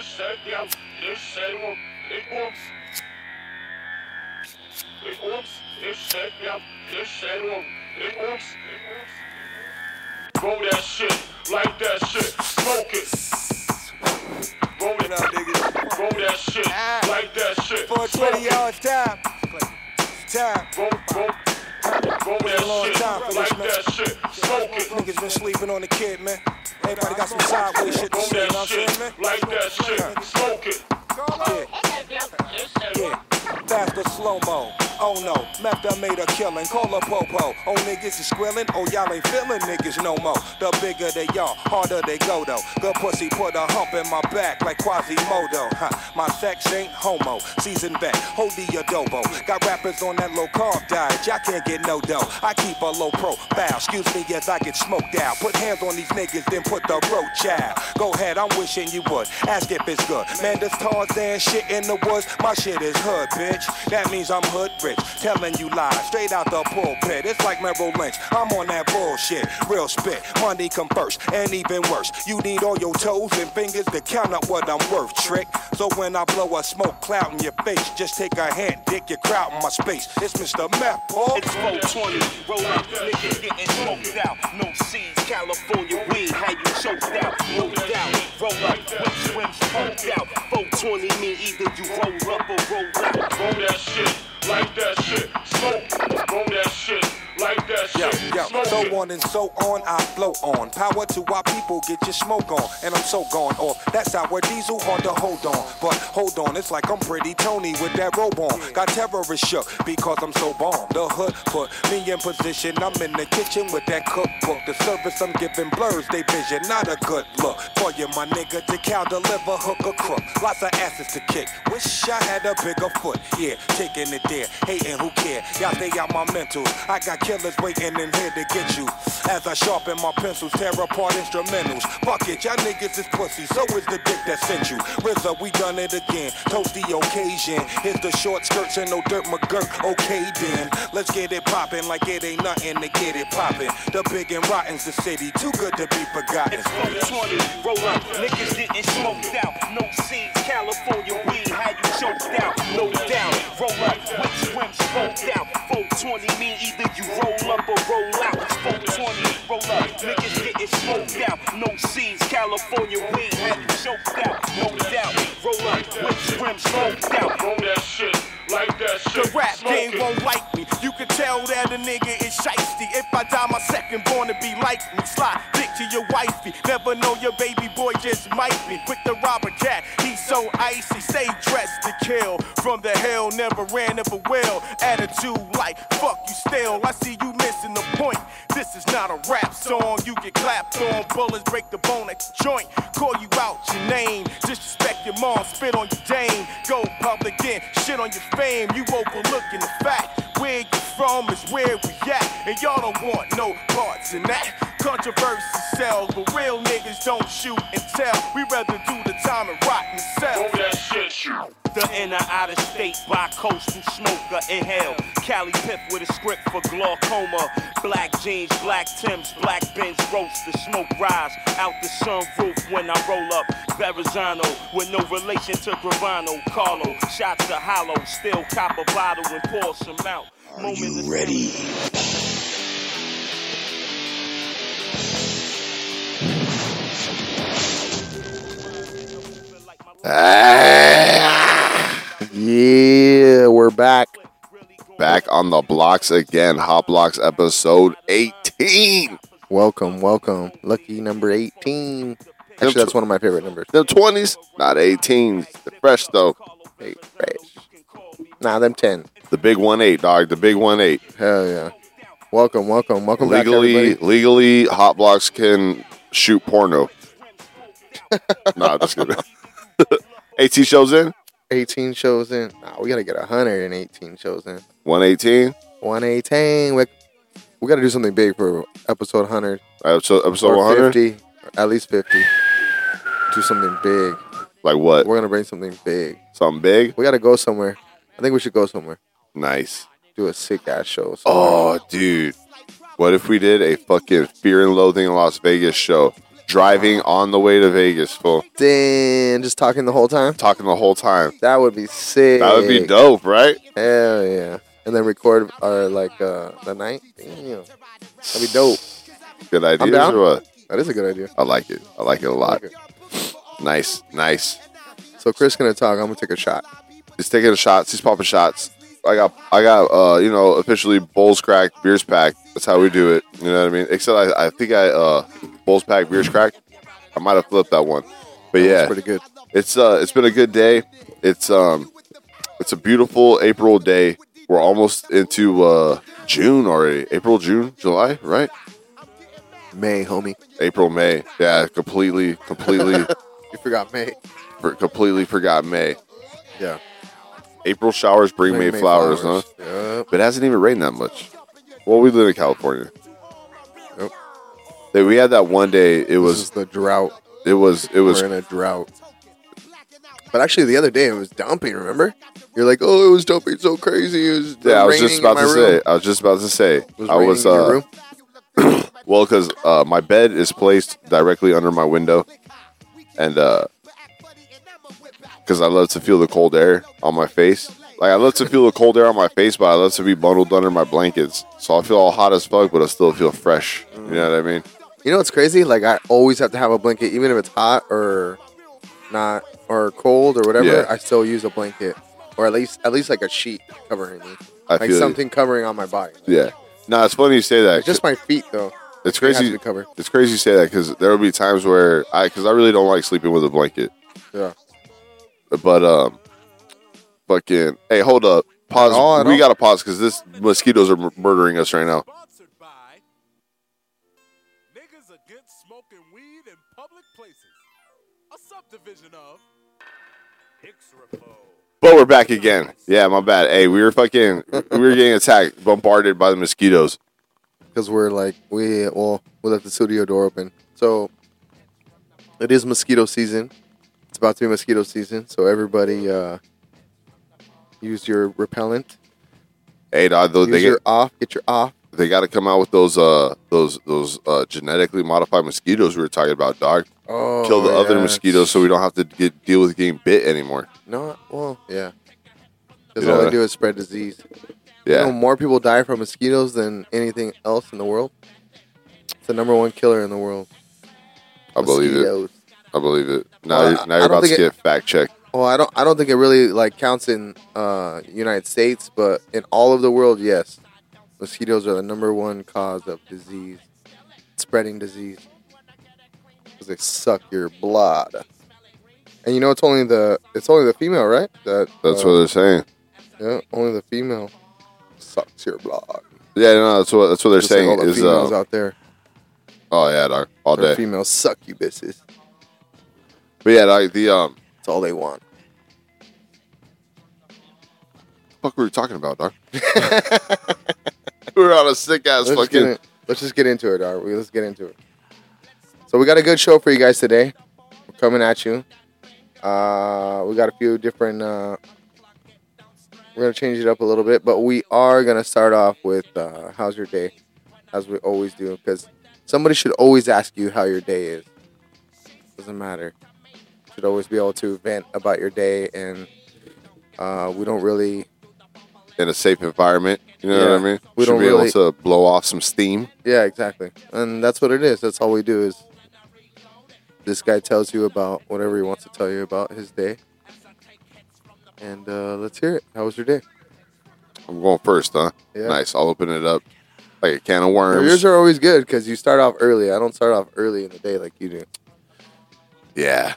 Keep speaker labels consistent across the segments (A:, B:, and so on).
A: Serdian, Dış Sermon, Dış Oms. Dış Oms, Dış Serdian, Dış Sermon, Dış Oms. Roll that shit, like that shit, smoke it. Roll it,
B: Now, niggas.
A: roll that shit, like that shit,
B: For
A: smoke
B: 20
A: it.
B: yard time. Time.
A: Roll, roll, roll
B: a long time
A: that
B: for
A: shit,
B: this,
A: like
B: man.
A: that shit, smoke it.
B: Niggas been sleeping on the kid, man. Everybody got some sideways shit to
A: Roll
B: say, you know
A: that
B: what I'm
A: shit,
B: saying, man?
A: like that shit, smoke it.
B: Yeah. Yeah, fast or slow mo. Oh no, meth that made a killing. Call a popo. Oh niggas is squilling. Oh y'all ain't feeling niggas no more. The bigger they are, harder they go though. Good pussy put a hump in my back like Quasimodo. Huh. My sex ain't homo. Season back, hold the adobo. Got rappers on that low carb diet. Y'all can't get no dough. I keep a low profile. Excuse me as I get smoked out. Put hands on these niggas, then put the roach out. Go ahead, I'm wishing you would. Ask if it's good. Man, this Tarzan shit in the woods. My shit is hood, bitch. That means I'm hood rich. Telling you lies straight out the pulpit. It's like Merrill Lynch. I'm on that bullshit. Real spit. Money come first, and even worse. You need all your toes and fingers to count up what I'm worth, trick. So when I blow a smoke cloud in your face, just take a hand, dick your crowd in my space. It's Mr. Meth, boy.
C: It's 420, roll up, niggas getting smoked out. No seeds, California weed, how you choked out, no doubt. Roll up, whip swim, smoked out. 420 mean either you roll up or roll out.
A: Roll that shit, like that shit, smoke. it. Roll that shit, like that
B: Yo,
A: shit,
B: yo,
A: smoke.
B: so
A: it.
B: on and so on, I flow on. Power to our people, get your smoke on. And I'm so gone off. That's our diesel, hard to hold on. But hold on, it's like I'm pretty Tony with that robe on. Got terrorists shook because I'm so bomb. The hood put me in position. I'm in the kitchen with that cookbook. The service I'm giving blurs, they vision, not a good look. For you, my nigga, to cow deliver, hook a crook. Lots of asses to kick. Wish I had a bigger foot. Yeah, taking it there, hating who care. Y'all stay out my mental. I got killers waiting in here to get you. As I sharpen my pencils, tear apart instrumentals. Fuck it, y'all niggas is pussy. So is the dick that sent you. RZA, we done it again. Toast the occasion. Here's the short skirts and no dirt McGurk. Okay then, let's get it poppin' like it ain't nothing to get it poppin'. The big and rotten's the city, too good to be forgotten.
C: It's 420, roll up, niggas getting smoked out. No seeds, California weed, how you choked out, no doubt. Roll up, whip swim, smoked out. 420 mean either you roll up or roll out. It's 420, roll up, niggas getting smoked out. No seeds, California weed, how you choked out, no doubt. Roll up, whip swim, smoked out.
A: Roll that shit, like that shit,
D: The rap
A: smoke.
D: game
A: it.
D: won't like me. You can tell that a nigga is shiesty. If I die, my second born to be like me. Slide dick to your wifey. Never know your baby boy just might be. Quick to rob a cat, he's so icy. Stay dressed to kill. From the hell, never ran, never will. Attitude like fuck you still. I see you missing the point. This is not a rap song. You get clapped on. Bullets break the bone at the joint. Call you out your name. Disrespect your mom, spit on your dame. Go public in, shit on your fame. You overlooking the fact. Where you from is where we at. And y'all don't want no parts in that. Controversy sells, but real niggas don't shoot and tell. We rather do the time and rot and sell.
A: Roll that shit, you.
C: The inner out of state by coastal smoker inhale. Cali Pip with a script for glaucoma. Black jeans, black Tims, black Benz roast. The smoke rise out the sunroof when I roll up. Verrazano with no relation to Gravano. Carlo, shots are hollow. Still cop a bottle and pour some out. Are you ready?
E: Yeah, we're back. Back on the blocks again. Hot Blocks episode 18.
F: Welcome, welcome. Lucky number 18. Actually, that's one of my favorite numbers.
E: The 20s, not 18s. They're fresh though.
F: Hey, fresh. Nah, them 10.
E: The big one eight, dog. The big one eight.
F: Hell yeah. Welcome, welcome, welcome back,
E: Legally,
F: everybody.
E: legally, Hot Blocks can shoot porno. nah, just kidding. 18 shows in.
F: 18 shows in. Nah, we got to get 118 shows in.
E: 118.
F: 118. We, we got to do something big for episode 100
E: Episode, episode
F: or
E: 100.
F: 50, or at least 50. Do something big.
E: Like what?
F: We're going to bring something big.
E: Something big?
F: We got to go somewhere. I think we should go somewhere.
E: Nice.
F: Do a sick ass show. somewhere.
E: Oh, dude. What if we did a fucking Fear and Loathing in Las Vegas show? driving on the way to Vegas, fool.
F: Then just talking the whole time.
E: Talking the whole time.
F: That would be sick.
E: That would be dope, right?
F: Hell yeah. And then record our like uh the night. Damn. That'd be dope.
E: Good
F: I'm
E: ideas
F: down.
E: or what?
F: That is a good idea.
E: I like it. I like it a lot. Nice, nice.
F: So Chris gonna talk. I'm gonna take a shot.
E: He's taking shots. He's popping shots. I got, I got, uh, you know, officially bowls cracked, beers packed. That's how we do it. You know what I mean? Except I, I think I uh, bowls packed, beers cracked. I might have flipped that one, but yeah,
F: That's pretty good.
E: it's uh, it's been a good day. It's um, it's a beautiful April day. We're almost into uh, June already. April, June, July, right?
F: May, homie.
E: April, May. Yeah, completely, completely,
F: You forgot May.
E: for, completely forgot May.
F: Yeah.
E: April showers bring May, flowers, huh?
F: Yep.
E: But it hasn't even rained that much. Well, we live in California.
F: Yep.
E: Hey, We had that one day. It
F: This is
E: was
F: the drought.
E: it was it was
F: We're in a drought. But actually, the other day it was dumping. Remember? You're like, oh, it was dumping so crazy. It was
E: yeah. I was
F: raining
E: just about
F: in
E: to
F: my
E: say.
F: room.
E: I was just about to say.
F: It was
E: I
F: raining
E: was
F: in your
E: uh,
F: room.
E: well because uh, my bed is placed directly under my window, and uh, because I love to feel the cold air on my face. Like I love to feel the cold air on my face, but I love to be bundled under my blankets. So I feel all hot as fuck, but I still feel fresh. You know what I mean?
F: You know what's crazy? Like I always have to have a blanket, even if it's hot or not or cold or whatever.
E: Yeah.
F: I still use a blanket, or at least at least like a sheet covering me,
E: I
F: like
E: feel you.
F: something covering on my body.
E: Yeah. Nah, it's funny you say that.
F: Just my feet though.
E: It's
F: They have
E: crazy.
F: to be covered.
E: It's crazy you say that because there will be times where I, because I really don't like sleeping with a blanket.
F: Yeah.
E: But um, fucking. Hey, hold up. Pause.
F: At all, at
E: we
F: all.
E: gotta pause because this mosquitoes are m- murdering us right now.
G: Sponsored by Niggas Against Smoking Weed in Public Places, a subdivision of Hicks Report.
E: But we're back again. Yeah, my bad. Hey, we were fucking. we were getting attacked, bombarded by the mosquitoes.
F: because we're like we well we left the studio door open. So it is mosquito season. It's about to be mosquito season, so everybody uh, use your repellent.
E: Hey, dog, though,
F: Use
E: they
F: your
E: get,
F: off. Get your off.
E: they got to come out with those uh those those uh genetically modified mosquitoes we were talking about, dog.
F: Oh,
E: Kill the other
F: yeah.
E: mosquitoes so we don't have to get deal with getting bit anymore.
F: No, well, yeah. Because
E: You
F: all
E: know
F: they
E: that-
F: do is spread disease.
E: Yeah.
F: You know, more people die from mosquitoes than anything else in the world. It's the number one killer in the world.
E: I believe it.
F: Mosquitoes.
E: I believe it. Now,
F: Well, I-
E: you're, now
F: I
E: you're
F: don't
E: about to
F: think
E: get
F: it-
E: fact checked.
F: Well, I don't. I don't think it really like counts in uh, United States, but in all of the world, yes, mosquitoes are the number one cause of disease, spreading disease, because they suck your blood. And you know, it's only the it's only the female, right? That
E: That's
F: uh,
E: what they're saying.
F: yeah, only the female sucks your blood.
E: Yeah, no, that's what that's what they're
F: Just like
E: saying
F: all the
E: is.
F: females
E: Uh,
F: out there,
E: oh yeah, dog, all
F: the
E: day.
F: females suck you bitches.
E: But yeah, dog, the um,
F: That's all they want.
E: fuck, we were talking about, dog. we were on a sick
F: let's,
E: ass
F: just
E: fucking.
F: get in- let's just get into it, all right? Let's get into it. So we got a good show for you guys today. We're coming at you. Uh, we got a few different. Uh, we're gonna change it up a little bit, but we are gonna start off with uh, how's your day, as we always do, because somebody should always ask you how your day is. Doesn't matter. Should always be able to vent about your day, and uh, we don't really
E: in a safe environment. You know
F: Yeah.
E: what I mean?
F: We
E: Should
F: don't
E: be
F: really-
E: able to blow off some steam.
F: Yeah, exactly. And that's what it is. That's all we do is this guy tells you about whatever he wants to tell you about his day. And uh, let's hear it. How was your day?
E: I'm going first, huh?
F: Yeah.
E: Nice. I'll open it up like a can of
F: Yours
E: worms.
F: are always good because you start off early. I don't start off early in the day like you do.
E: Yeah,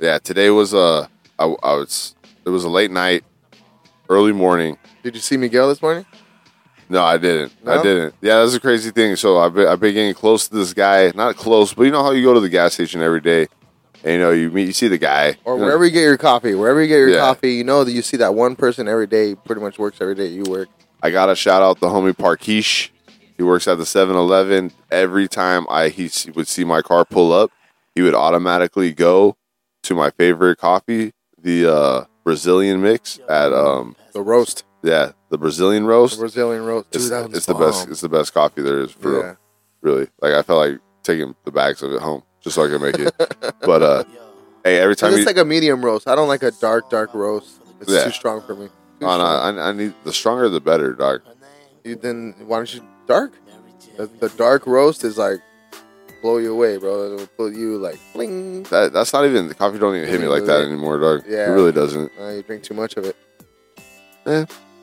E: yeah. Today was uh, I, I was it was a late night, early morning.
F: Did you see Miguel this morning?
E: No, I didn't. I
F: No?
E: didn't. Yeah, that's a crazy thing. So I've been, I've been getting close to this guy. Not close, but you know how you go to the gas station every day, and you know you meet, you see the guy,
F: Or
E: you know,
F: wherever you get your coffee, wherever you get your
E: Yeah.
F: coffee, you know that you see that one person every day, pretty much works every day you work.
E: I gotta shout out the homie Parkish. He works at the 7-Eleven. Every time I he s- would see my car pull up, he would automatically go to my favorite coffee, the uh, Brazilian mix at um
F: The roast,
E: yeah the Brazilian
F: the
E: roast.
F: Brazilian roast.
E: It's,
F: Dude, that was
E: it's the
F: bomb.
E: best. It's the best coffee there is for real.
F: yeah.
E: really. Like I felt like taking the bags of it home. just so I can make it. but uh, hey, every time
F: It's
E: you,
F: like a medium roast. I don't like a dark, dark roast. It's
E: Yeah.
F: too strong for me. Too
E: Oh, no,
F: strong.
E: I, I need the stronger the better, dog.
F: You, then why don't you dark? The, the dark roast is like blow you away, bro. It'll put you like bling.
E: That that's not even the coffee. Don't even hit me like that anymore, dog.
F: Yeah.
E: it really doesn't.
F: Uh, you drink too much of it.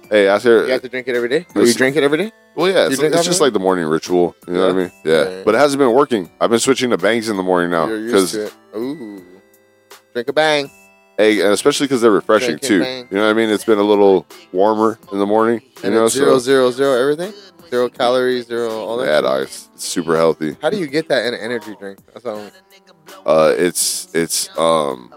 E: Hey, after
F: You have to drink it every day. Or you
E: Listen-
F: drink it every day.
E: well, yeah, it's,
F: drink
E: it's
F: coffee?
E: just like the morning ritual. You know what I mean? Yeah.
F: Yeah.
E: but it hasn't been working. I've been switching to bangs in the morning now
F: You're used
E: because
F: to it. Ooh, drink a bang.
E: hey, and especially because they're refreshing
F: Drinking
E: too.
F: Bang.
E: You know what I mean? It's been a little warmer in the morning. You
F: And
E: know,
F: it's zero,
E: so
F: zero, zero, everything. Zero calories, zero all that.
E: yeah, dog, it's it's super healthy.
F: How do you get that in an energy drink? That's all.
E: Uh, it's it's um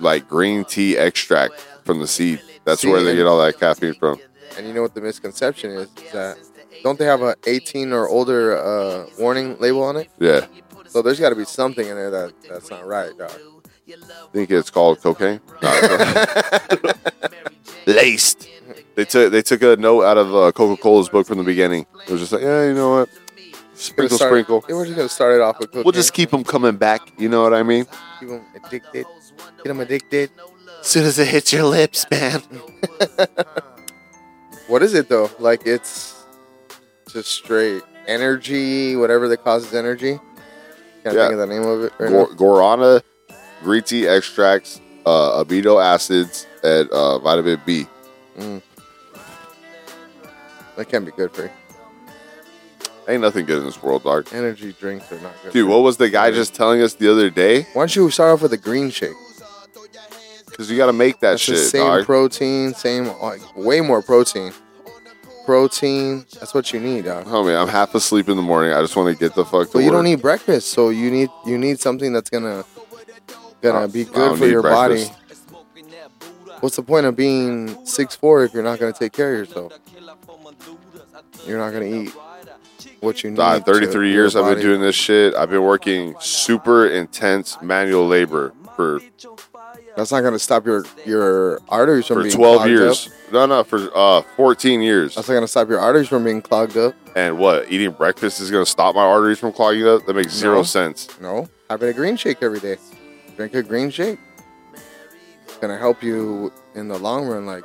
E: like green tea extract from the seed. That's
F: See,
E: where they
F: and-
E: get all that caffeine from.
F: And you know what the misconception is? is that don't they have a 18 or older uh, warning label on it?
E: Yeah,
F: So there's got to be something in there that that's not right, dog.
E: I think it's called cocaine. Nah, Laced. They took they took a note out of uh, Coca Cola's book from the beginning. It was just like, yeah, you know what,
F: Gonna
E: sprinkle,
F: start-
E: sprinkle.
F: Yeah, we're just gonna start it off with cocaine.
E: We'll just keep them coming back. You know what I mean?
F: keep them addicted. Get them addicted.
E: As soon as it hits your lips, man.
F: What is it though? Like it's just straight energy, whatever that causes energy. Can't
E: Yeah.
F: think of the name of it. Right
E: Gor-
F: now.
E: guarana, green tea extracts, uh, amino acids, and uh, vitamin B.
F: That can't be good for you.
E: Ain't nothing good in this world, dog.
F: Energy drinks are not good.
E: Dude,
F: for
E: what was the guy just telling us the other day?
F: you. Why don't you start off with a green shake?
E: Because you got to make that
F: That's the
E: shit,
F: same
E: dog.
F: protein, same like, way more protein. Protein. That's what you need, dog.
E: Homie, I'm half asleep in the morning. I just want to get the fuck to
F: But
E: work.
F: you don't need breakfast, so you need you need something that's gonna
E: I
F: gonna
E: don't-
F: be
E: I don't
F: good for
E: need
F: your
E: breakfast.
F: body. What's the point of being six four if you're not gonna take care of yourself? You're not gonna eat what you need.
E: Nah,
F: to-
E: 33
F: your
E: years I've been
F: body.
E: doing this shit. I've been working super intense manual labor for
F: That's not gonna stop your your arteries from
E: for
F: being
E: 12
F: clogged
E: years.
F: Up.
E: No, no, for uh 14 years.
F: That's not gonna stop your arteries from being clogged up.
E: And what? Eating breakfast is going to stop my arteries from clogging up? That makes zero
F: No.
E: sense.
F: No, having a green shake every day. Drink a green shake. It's gonna help you in the long run. Like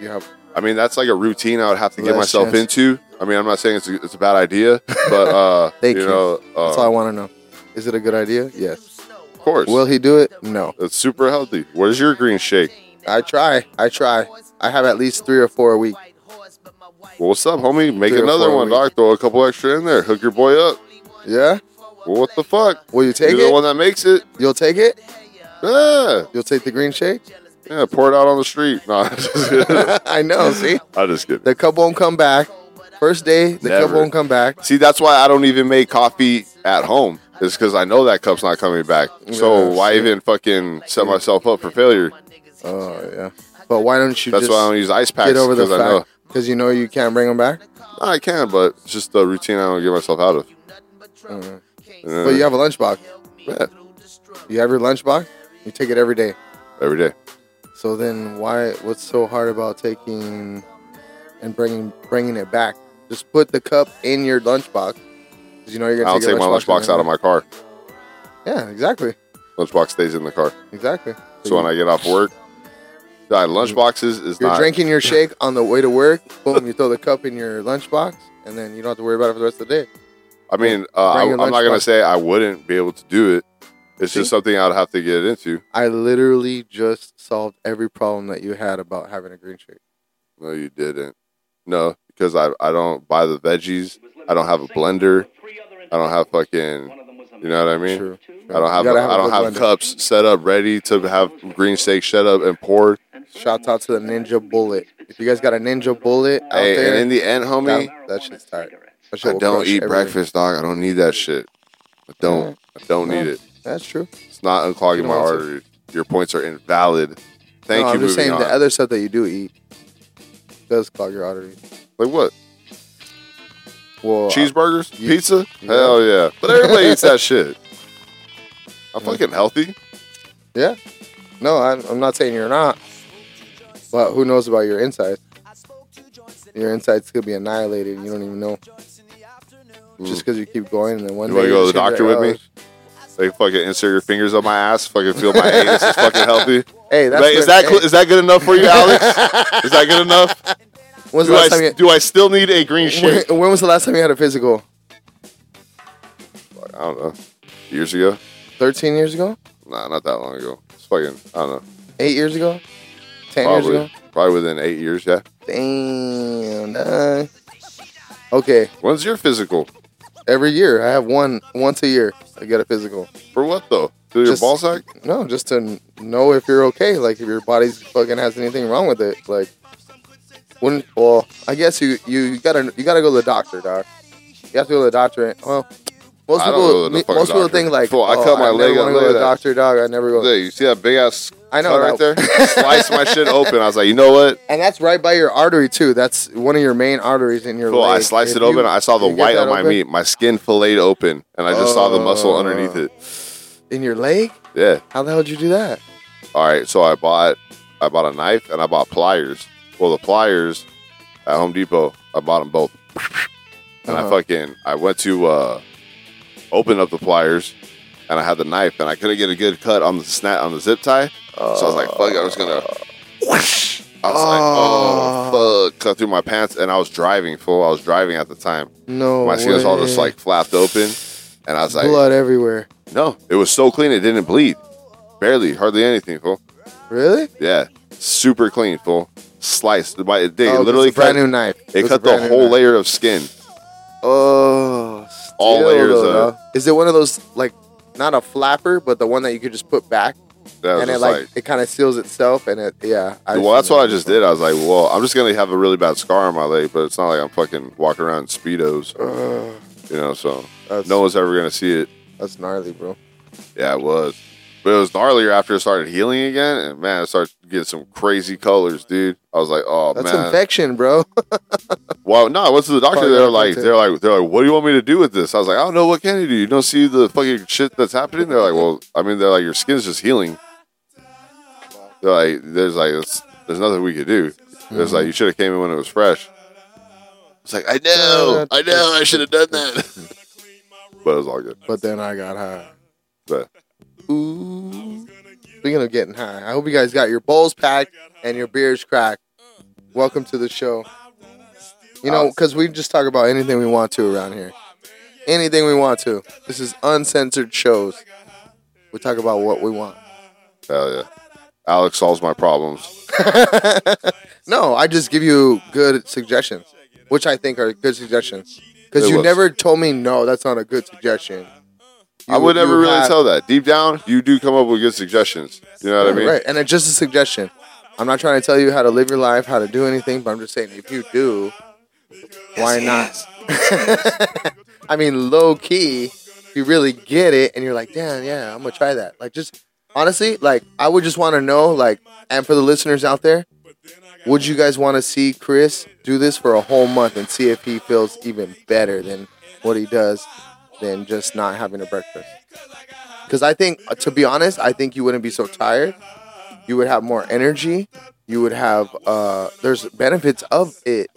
F: you have
E: I mean, that's like a routine I would have to get
F: Less
E: myself
F: chance.
E: into. I mean, I'm not saying it's a, it's a bad idea, but uh,
F: Thank
E: you
F: you.
E: know, uh,
F: That's all I want to know. um, Is it a good idea? Yes.
E: of course.
F: Will he do it? No.
E: It's super healthy. What is your green shake?
F: I try. I try. I have at least three or four a week.
E: Well, what's up, homie? Make
F: Three or
E: another
F: four
E: one,
F: a
E: dog. Throw a couple extra in there. Hook your boy up.
F: Yeah.
E: Well, what the fuck?
F: Will you take
E: You're
F: it?
E: the one that makes it.
F: You'll take it.
E: Yeah.
F: You'll take the green shake.
E: Yeah, pour it out on the street. No, I'm just kidding.
F: I know. See,
E: I'm just kidding.
F: the cup won't come back. First day, the cup
E: Never.
F: won't come back.
E: See, that's why I don't even make coffee at home. It's because I know that cup's not coming back. So
F: Yeah,
E: why
F: see?
E: even fucking set myself up for failure?
F: Oh yeah. But why don't you
E: That's
F: just
E: why I don't use ice packs.
F: get over the
E: 'cause I know
F: fact because you know you can't bring them back?
E: No, I can, but it's just the routine I don't get myself out of.
F: Mm.
E: Yeah.
F: But you have a lunchbox.
E: Yeah,
F: You have your lunchbox. You take it every day.
E: every day.
F: So then, why? What's so hard about taking and bringing bringing it back? Just put the cup in your lunchbox. 'cause You know you're gonna
E: I don't
F: take,
E: take
F: your
E: my lunchbox out of my car.
F: Yeah, exactly,
E: Lunchbox stays in the car.
F: exactly.
E: So when I get off work, God, lunchboxes is
F: you're
E: not.
F: drinking your shake on the way to work, boom, you throw the cup in your lunchbox, and then you don't have to worry about it for the rest of the day.
E: I mean, uh, I,
F: Bring
E: I'm
F: your
E: not gonna
F: lunchbox.
E: say I wouldn't be able to do it. It's just
F: See?
E: something I'd have to get into.
F: I literally just solved every problem that you had about having a green shake.
E: No, you didn't. No, because I I don't buy the veggies. I don't have a blender. I don't have fucking. You know what I mean?
F: True. true.
E: I don't have,
F: You gotta
E: I
F: a
E: don't
F: good
E: have
F: blender.
E: cups set up ready to have green steak set up and poured.
F: Shouts out to the Ninja Bullet. If you guys got a Ninja Bullet out
E: Hey,
F: there,
E: and in the end, homie,
F: that, that shit's tight. That shit
E: I
F: will
E: don't
F: crush
E: eat
F: everything.
E: breakfast, dog. I don't need that shit. I don't. I don't need it.
F: That's true.
E: It's not unclogging
F: don't
E: my
F: want to.
E: arteries. Your points are invalid. Thank
F: no,
E: you.
F: I'm just
E: moving
F: saying
E: on.
F: the other stuff that you do eat does clog your arteries.
E: like what?
F: Well, uh,
E: Cheeseburgers,
F: you-
E: pizza.
F: yeah.
E: Hell yeah! But everybody eats that shit. I'm fucking healthy.
F: I- yeah. No, I'm, I'm not saying you're not. But who knows about your insides? Your insides could be annihilated. and You don't even know. Just because you keep going, and then one
E: You
F: day
E: wanna go to
F: just
E: the
F: gonna be
E: doctor
F: like,
E: with Like fucking insert your fingers up my ass, fucking feel my anus is fucking healthy.
F: Oh, Hey, that's
E: Like, is
F: what-
E: that
F: hey,
E: cl- is that good enough for you, Alex? is that good enough?
F: when's the
E: Do I,
F: last time
E: s-
F: you,
E: do I still need a green
F: when,
E: shit?
F: when was the last time you had a physical?
E: I don't know. Years ago?
F: Thirteen years ago?
E: Nah, not that long ago. It's fucking I don't know.
F: Eight years ago? Ten
E: Probably
F: years ago?
E: probably within eight years. Yeah.
F: Damn. nah. Okay,
E: When's your physical?
F: every year I have one once a year. I get a physical.
E: For what though? To your
F: Just-
E: ball sack?
F: No, just to n- know if you're okay. Like if your body's fucking has anything wrong with it. Like, wouldn't well? I guess you you gotta you gotta go to the doctor, doc. You have to go to the doctor. And, well, most
E: I don't go to
F: people
E: the
F: me-
E: fucking
F: most people
E: doctor.
F: think like,
E: Fool, I
F: oh,
E: cut my
F: never
E: leg,
F: wanna go
E: I know
F: to the
E: that.
F: doctor, dog. I never go.
E: There, you see that big ass
F: I know
E: cut
F: that-
E: right there? Slice my shit open. I was like, you know what?
F: And that's right by your artery too. That's one of your main arteries in your
E: Cool. I
F: leg.
E: sliced
F: If
E: it
F: you-
E: open. I saw the
F: you get
E: white
F: that
E: on my
F: open
E: meat. My skin filleted open, and I just saw the muscle
F: Oh.
E: underneath it.
F: in your leg.
E: Yeah.
F: How the hell did you do that?
E: All right. So I bought, I bought a knife and I bought pliers. Well, the pliers at Home Depot, I bought them both, and I
F: Uh-huh.
E: fucking, I went to uh, open up the pliers, and I had the knife, and I couldn't get a good cut on the snap on the zip tie. So I was like, fuck, it, I'm just gonna. whoosh. I was like,
F: Uh.
E: oh fuck, cut through my pants, and I was driving. Fool, I was driving at the time.
F: No,
E: my skin was all
F: way.
E: just like flapped open, and I was like,
F: Oh, blood everywhere.
E: no, it was so clean, it didn't bleed, barely, hardly anything, fool.
F: Really?
E: Yeah, super clean, fool. Sliced. My, it
F: Oh,
E: did. it
F: 'cause
E: literally
F: it's a brand
E: cut,
F: new knife.
E: It
F: It's a
E: cut the
F: brand new
E: whole
F: knife.
E: layer of skin.
F: Oh,
E: All
F: still
E: layers
F: though,
E: of-
F: dog. Is it one of those like not a flapper, but the one that you could just put back
E: That was
F: and it
E: just
F: like,
E: like,
F: it kind of seals itself and it yeah. I've
E: well,
F: seen
E: that's
F: that
E: what I just
F: before.
E: did. I was like, well, I'm just gonna have a really bad scar on my leg, but it's not like I'm fucking walking around in speedos,
F: Ugh,
E: you know. So
F: that's,
E: no one's ever gonna see it.
F: that's gnarly, bro.
E: Yeah, it was. But it was gnarlier after it started healing again, and man, it started getting some crazy colors, dude. I was like, oh
F: That's
E: man.
F: infection, bro.
E: Well, no, I went to the doctor.
F: Probably
E: They're
F: got
E: like,
F: affected.
E: they're like, they're like, what do you want me to do with this? I was like, I don't know. What can you do? You don't see the fucking shit that's happening. They're like, well, I mean, they're like, your skin's just healing. They're like, there's like, it's, there's nothing we could do. It's like you should have came in when it was fresh. It's like I know, I know, I should have done that. but it was all good.
F: but then I got high.
E: But
F: Ooh. Speaking of getting high, I hope you guys got your bowls packed and your beers cracked. Welcome to the show. You know, because we just talk about anything we want to around here. Anything we want to. This is uncensored shows. We talk about what we want.
E: hell yeah, Alex solves my problems.
F: No, I just give you good suggestions, which I think are good suggestions. Because
E: It
F: you
E: was.
F: never told me, no, that's not a good suggestion.
E: I would
F: You-
E: never
F: you
E: really
F: have-
E: tell that. Deep down, you do come up with good suggestions. You know what I mean?
F: Right, and it's just a suggestion. I'm not trying to tell you how to live your life, how to do anything, but I'm just saying if you do, why not? I mean, low key, if you really get it, and you're like, damn, yeah, I'm gonna try that. Like, just honestly, like, I would just want to know, like, and for the listeners out there, would you guys want to see Chris do this for a whole month and see if he feels even better than what he does than just not having a breakfast? Because I think, to be honest, I think you wouldn't be so tired. You would have more energy. You would have uh, there's benefits of it.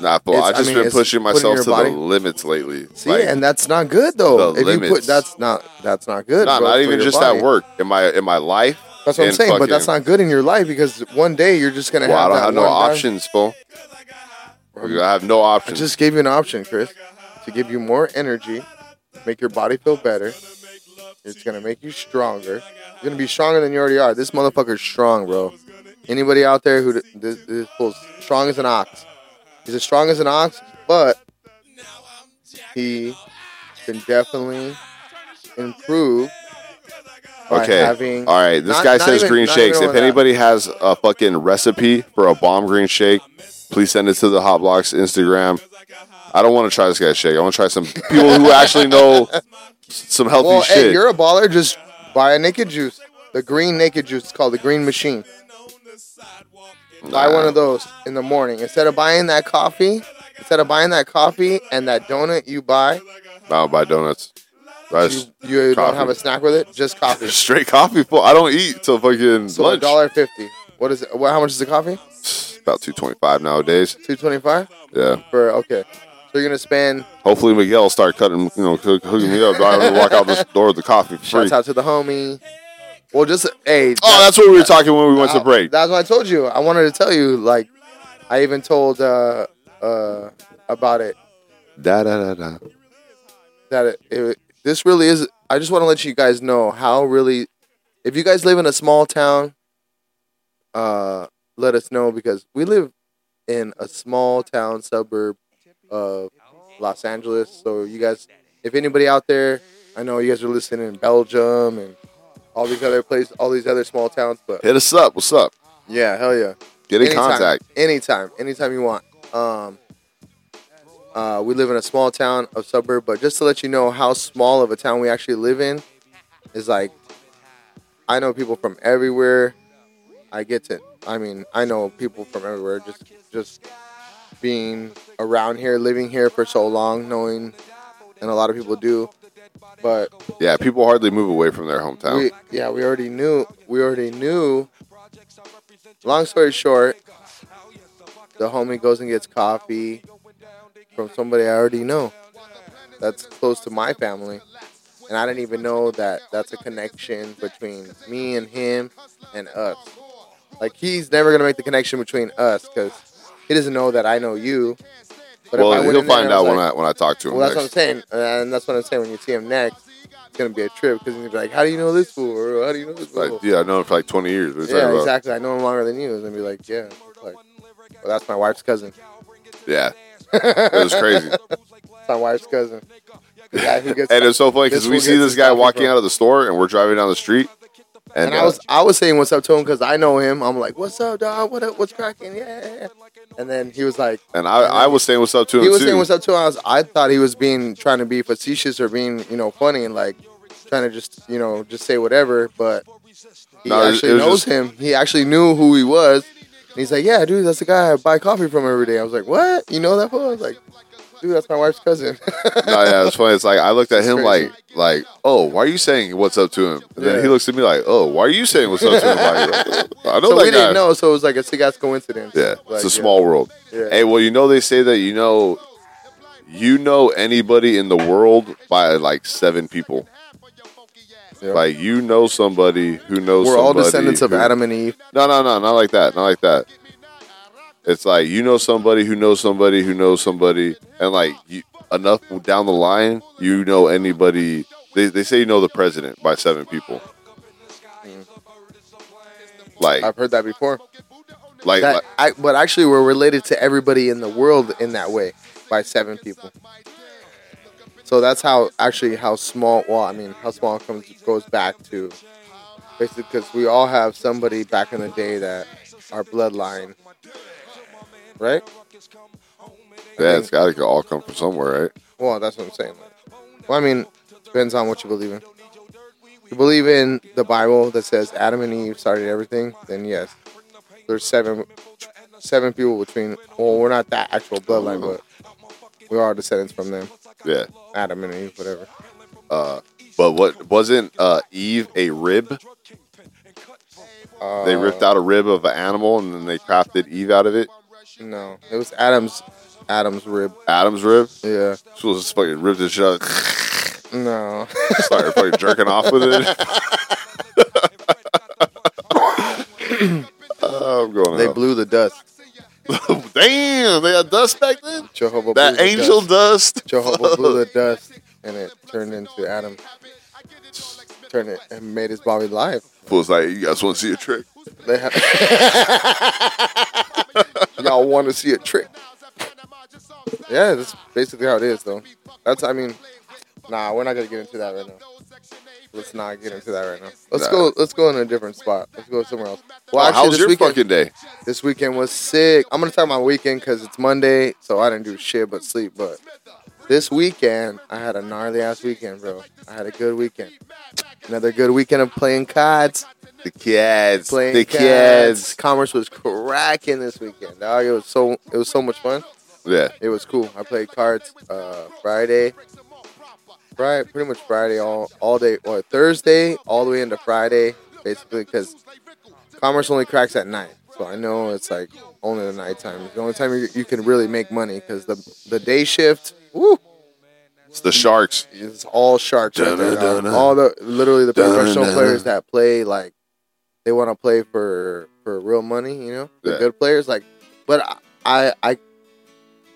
E: Nah, but
F: It's-
E: I
F: I
E: just
F: mean,
E: been
F: it's
E: pushing
F: putting
E: myself
F: your
E: to
F: body-
E: the limits lately.
F: See,
E: Like,
F: and that's not good though.
E: the
F: if you put
E: limits.
F: that's not that's not good.
E: nah,
F: bro,
E: not
F: for
E: even
F: your
E: just
F: body.
E: at work. In my in my life.
F: That's what I'm
E: and
F: saying. But that's
E: fucking-
F: not good in your life because one day you're just gonna
E: Well, I
F: have
E: don't
F: that
E: have no
F: one time-
E: options, fool. I have no
F: I
E: options.
F: just gave you an option, Chris, to give you more energy, make your body feel better. It's gonna make you stronger. You're gonna be stronger than you already are. This motherfucker's strong, bro. Anybody out there who this, this fool's strong as an ox? He's as strong as an ox, but he can definitely improve. by
E: okay.
F: having-
E: All right. This
F: Not-
E: guy
F: not
E: says
F: even-
E: green
F: not
E: shakes.
F: even
E: If
F: with that.
E: anybody has a fucking recipe for a bomb green shake, please send it to the Hot Blocks Instagram. I don't want to try this guy's shake. I want to try some people who actually know s- some healthy
F: Well,
E: shit.
F: hey, you're a baller. Just buy a naked juice. The green naked juice is called the green machine. Buy
E: Nah.
F: one of those in the morning. Instead of buying that coffee, instead of buying that coffee and that donut you buy,
E: I don't buy donuts. I
F: you,
E: just-
F: you don't
E: coffee.
F: have a snack with it, just coffee.
E: straight coffee. Fool. I don't eat till fucking
F: So a
E: lunch.
F: dollar fifty. What is it? What, how much is the coffee?
E: It's about two twenty five nowadays.
F: Two twenty five
E: Yeah.
F: for okay. So you're gonna spend.
E: Hopefully Miguel start cutting, you know, hook- hooking me up. Do I have to walk out this door with the coffee for free?
F: Shouts out to the homie. Well, just hey.
E: Oh, that's what we were talking when we went to
F: I-
E: break.
F: That's what I told you. I wanted to tell you. Like, I even told uh, uh, about it
E: Da da da da.
F: that it, it, this really is. I just want to let you guys know how really, if you guys live in a small town, uh, let us know because we live in a small town suburb of Los Angeles. So you guys, if anybody out there, I know you guys are listening in Belgium and all these other places, all these other small towns, but
E: Hit us up. What's up?
F: yeah, hell yeah.
E: Get in
F: Anytime.
E: contact.
F: Anytime, anytime you want. Um, uh, we live in a small town, a suburb, but just to let you know how small of a town we actually live in is like, I know people from everywhere. I get to, I mean, I know people from everywhere. Just, just being around here, living here for so long, knowing, and a lot of people do. But
E: Yeah, people hardly move away from their hometown.
F: we, yeah, we already knew. We already knew. Long story short, the homie goes and gets coffee from somebody I already know. That's close to my family, and I didn't even know that that's a connection between me and him and us. Like he's never gonna make the connection between us because he doesn't know that I know you. But
E: well,
F: went
E: he'll
F: in there
E: find
F: and I
E: out
F: was
E: when
F: like,
E: I when I talk to him
F: well, that's what I'm
E: next.
F: saying, uh, and that's what I'm saying. When you see him next, it's gonna be a trip because he's gonna be like, "How do you know this fool? Or, How do you know this fool?"
E: Like, yeah, I know him for like 20 years. What are you
F: yeah,
E: talking about?
F: exactly. I know him longer than you. It's gonna be like, "Yeah, It's like, well, that's my wife's cousin.
E: Yeah. it was crazy.
F: That's my wife's cousin." The guy who gets
E: And it's so funny because
F: this
E: we
F: fool
E: see
F: gets
E: this
F: his
E: guy
F: coffee
E: walking
F: from-
E: out of the store and we're driving down the street. And,
F: And I
E: uh,
F: was I was saying what's up to him because I know him. I'm like, "What's up, dog? What up? What's cracking?" Yeah, yeah, yeah." And then he was like,
E: and I, I was saying what's up to him
F: he was
E: too.
F: saying what's up to him. I, was, I thought he was being trying to be facetious or being you know funny and like trying to just you know just say whatever, but he
E: No, it was-
F: actually
E: it was
F: knows
E: just-
F: him. He actually knew who he was. And he's like, yeah, dude, that's the guy I buy coffee from every day. I was like, what? You know that fool? I was like, dude, that's my wife's cousin.
E: no, yeah, it's funny. It's like I looked at him
F: crazy.
E: like, like, oh, why are you saying what's up to him? And then
F: Yeah.
E: he looks at me like, oh, why are you saying what's up to him? Like, I
F: so
E: know that
F: we
E: guy.
F: didn't know. So it was like a sick ass coincidence.
E: Oh Yeah,
F: Like,
E: it's a small world.
F: Yeah.
E: Hey, well, you know they say that you know, you know anybody in the world by like seven people.
F: Yeah.
E: Like you know somebody who knows.
F: We're all
E: somebody
F: descendants of
E: who-
F: Adam and Eve.
E: No, no, no, not like that. Not like that. It's like you know somebody who knows somebody who knows somebody, and like you, enough down the line, you know anybody. They, they say you know the president by seven people. Like,
F: Mm-hmm. I've heard that before.
E: like,
F: That
E: like-
F: I, but actually, we're related to everybody in the world in that way by seven people. So that's how actually how small. Well, I mean, how small comes goes back to basically because we all have somebody back in the day that our bloodline, right?
E: yeah, it's got to all come from somewhere, right?
F: Well, that's what I'm saying. Like, well, I mean, depends on what you believe in. If you believe in the Bible that says Adam and Eve started everything, then yes, there's seven seven people between. Well, we're not that actual bloodline, but we are descendants from them,
E: Yeah.
F: Adam and Eve, whatever.
E: Uh, but what wasn't uh, Eve a rib?
F: Uh,
E: They ripped out a rib of an animal and then they crafted Eve out of it.
F: No, it was Adam's Adam's rib.
E: Adam's rib.
F: Yeah,
E: She was just fucking ripped it shut.
F: no.
E: Started fucking jerking off with it. Uh, I'm going.
F: they
E: out.
F: blew the dust.
E: Damn, they had dust back then.
F: Jehovah blew
E: That
F: the
E: angel
F: dust.
E: dust.
F: Jehovah blew the dust, and it turned into Adam. Turned it and made his body live.
E: Fool's like, you guys want to see a trick?
F: They have. Y'all want to see a trick? Yeah, that's basically how it is, though. That's, I mean, nah, we're not gonna get into that right now. Let's not get into that right now. Let's
E: Nah.
F: go. Let's go in a different spot. Let's go somewhere else. Well,
E: How was your
F: weekend,
E: fucking day?
F: this weekend was sick. I'm gonna talk my weekend because it's Monday, so I didn't do shit but sleep. But this weekend, I had a gnarly ass weekend, bro. I had a good weekend. Another good weekend of playing cards
E: The kids.
F: playing
E: The
F: cards.
E: kids.
F: Commerce was cracking this weekend. Dog. It was so it was so much fun.
E: Yeah.
F: It was cool. I played cards uh, Friday, Friday, pretty much Friday all all day or Thursday all the way into Friday, basically because commerce only cracks at night. So So I know it's like only the nighttime. It's the only time you, you can really make money because the the day shift, woo,
E: It's the Sharks.
F: it's all sharks. Right there, dog.
E: Dun-dun-dun-dun.
F: All the literally the professional
E: Dun-dun-dun.
F: players that play like they want to play for for real money. You know, the
E: Yeah.
F: good players like. But I I, I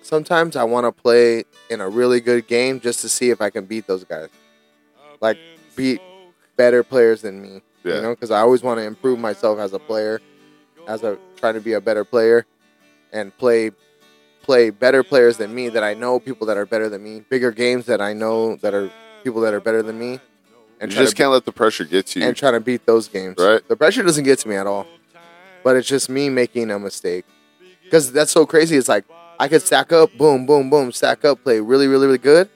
F: sometimes I want to play in a really good game just to see if I can beat those guys. Like beat better players than me.
E: Yeah.
F: You know, because I always want to improve myself as a player, as a trying to be a better player, and play play better players than me that I know people that are better than me, bigger games that I know that are people that are better than me,
E: You
F: and try
E: just
F: to,
E: can't let the pressure get to you.
F: and try to beat those games.
E: Right.
F: The pressure doesn't get to me at all, but it's just me making a mistake. Because that's so crazy. It's like I could stack up, boom, boom, boom, stack up, play really, really, really good,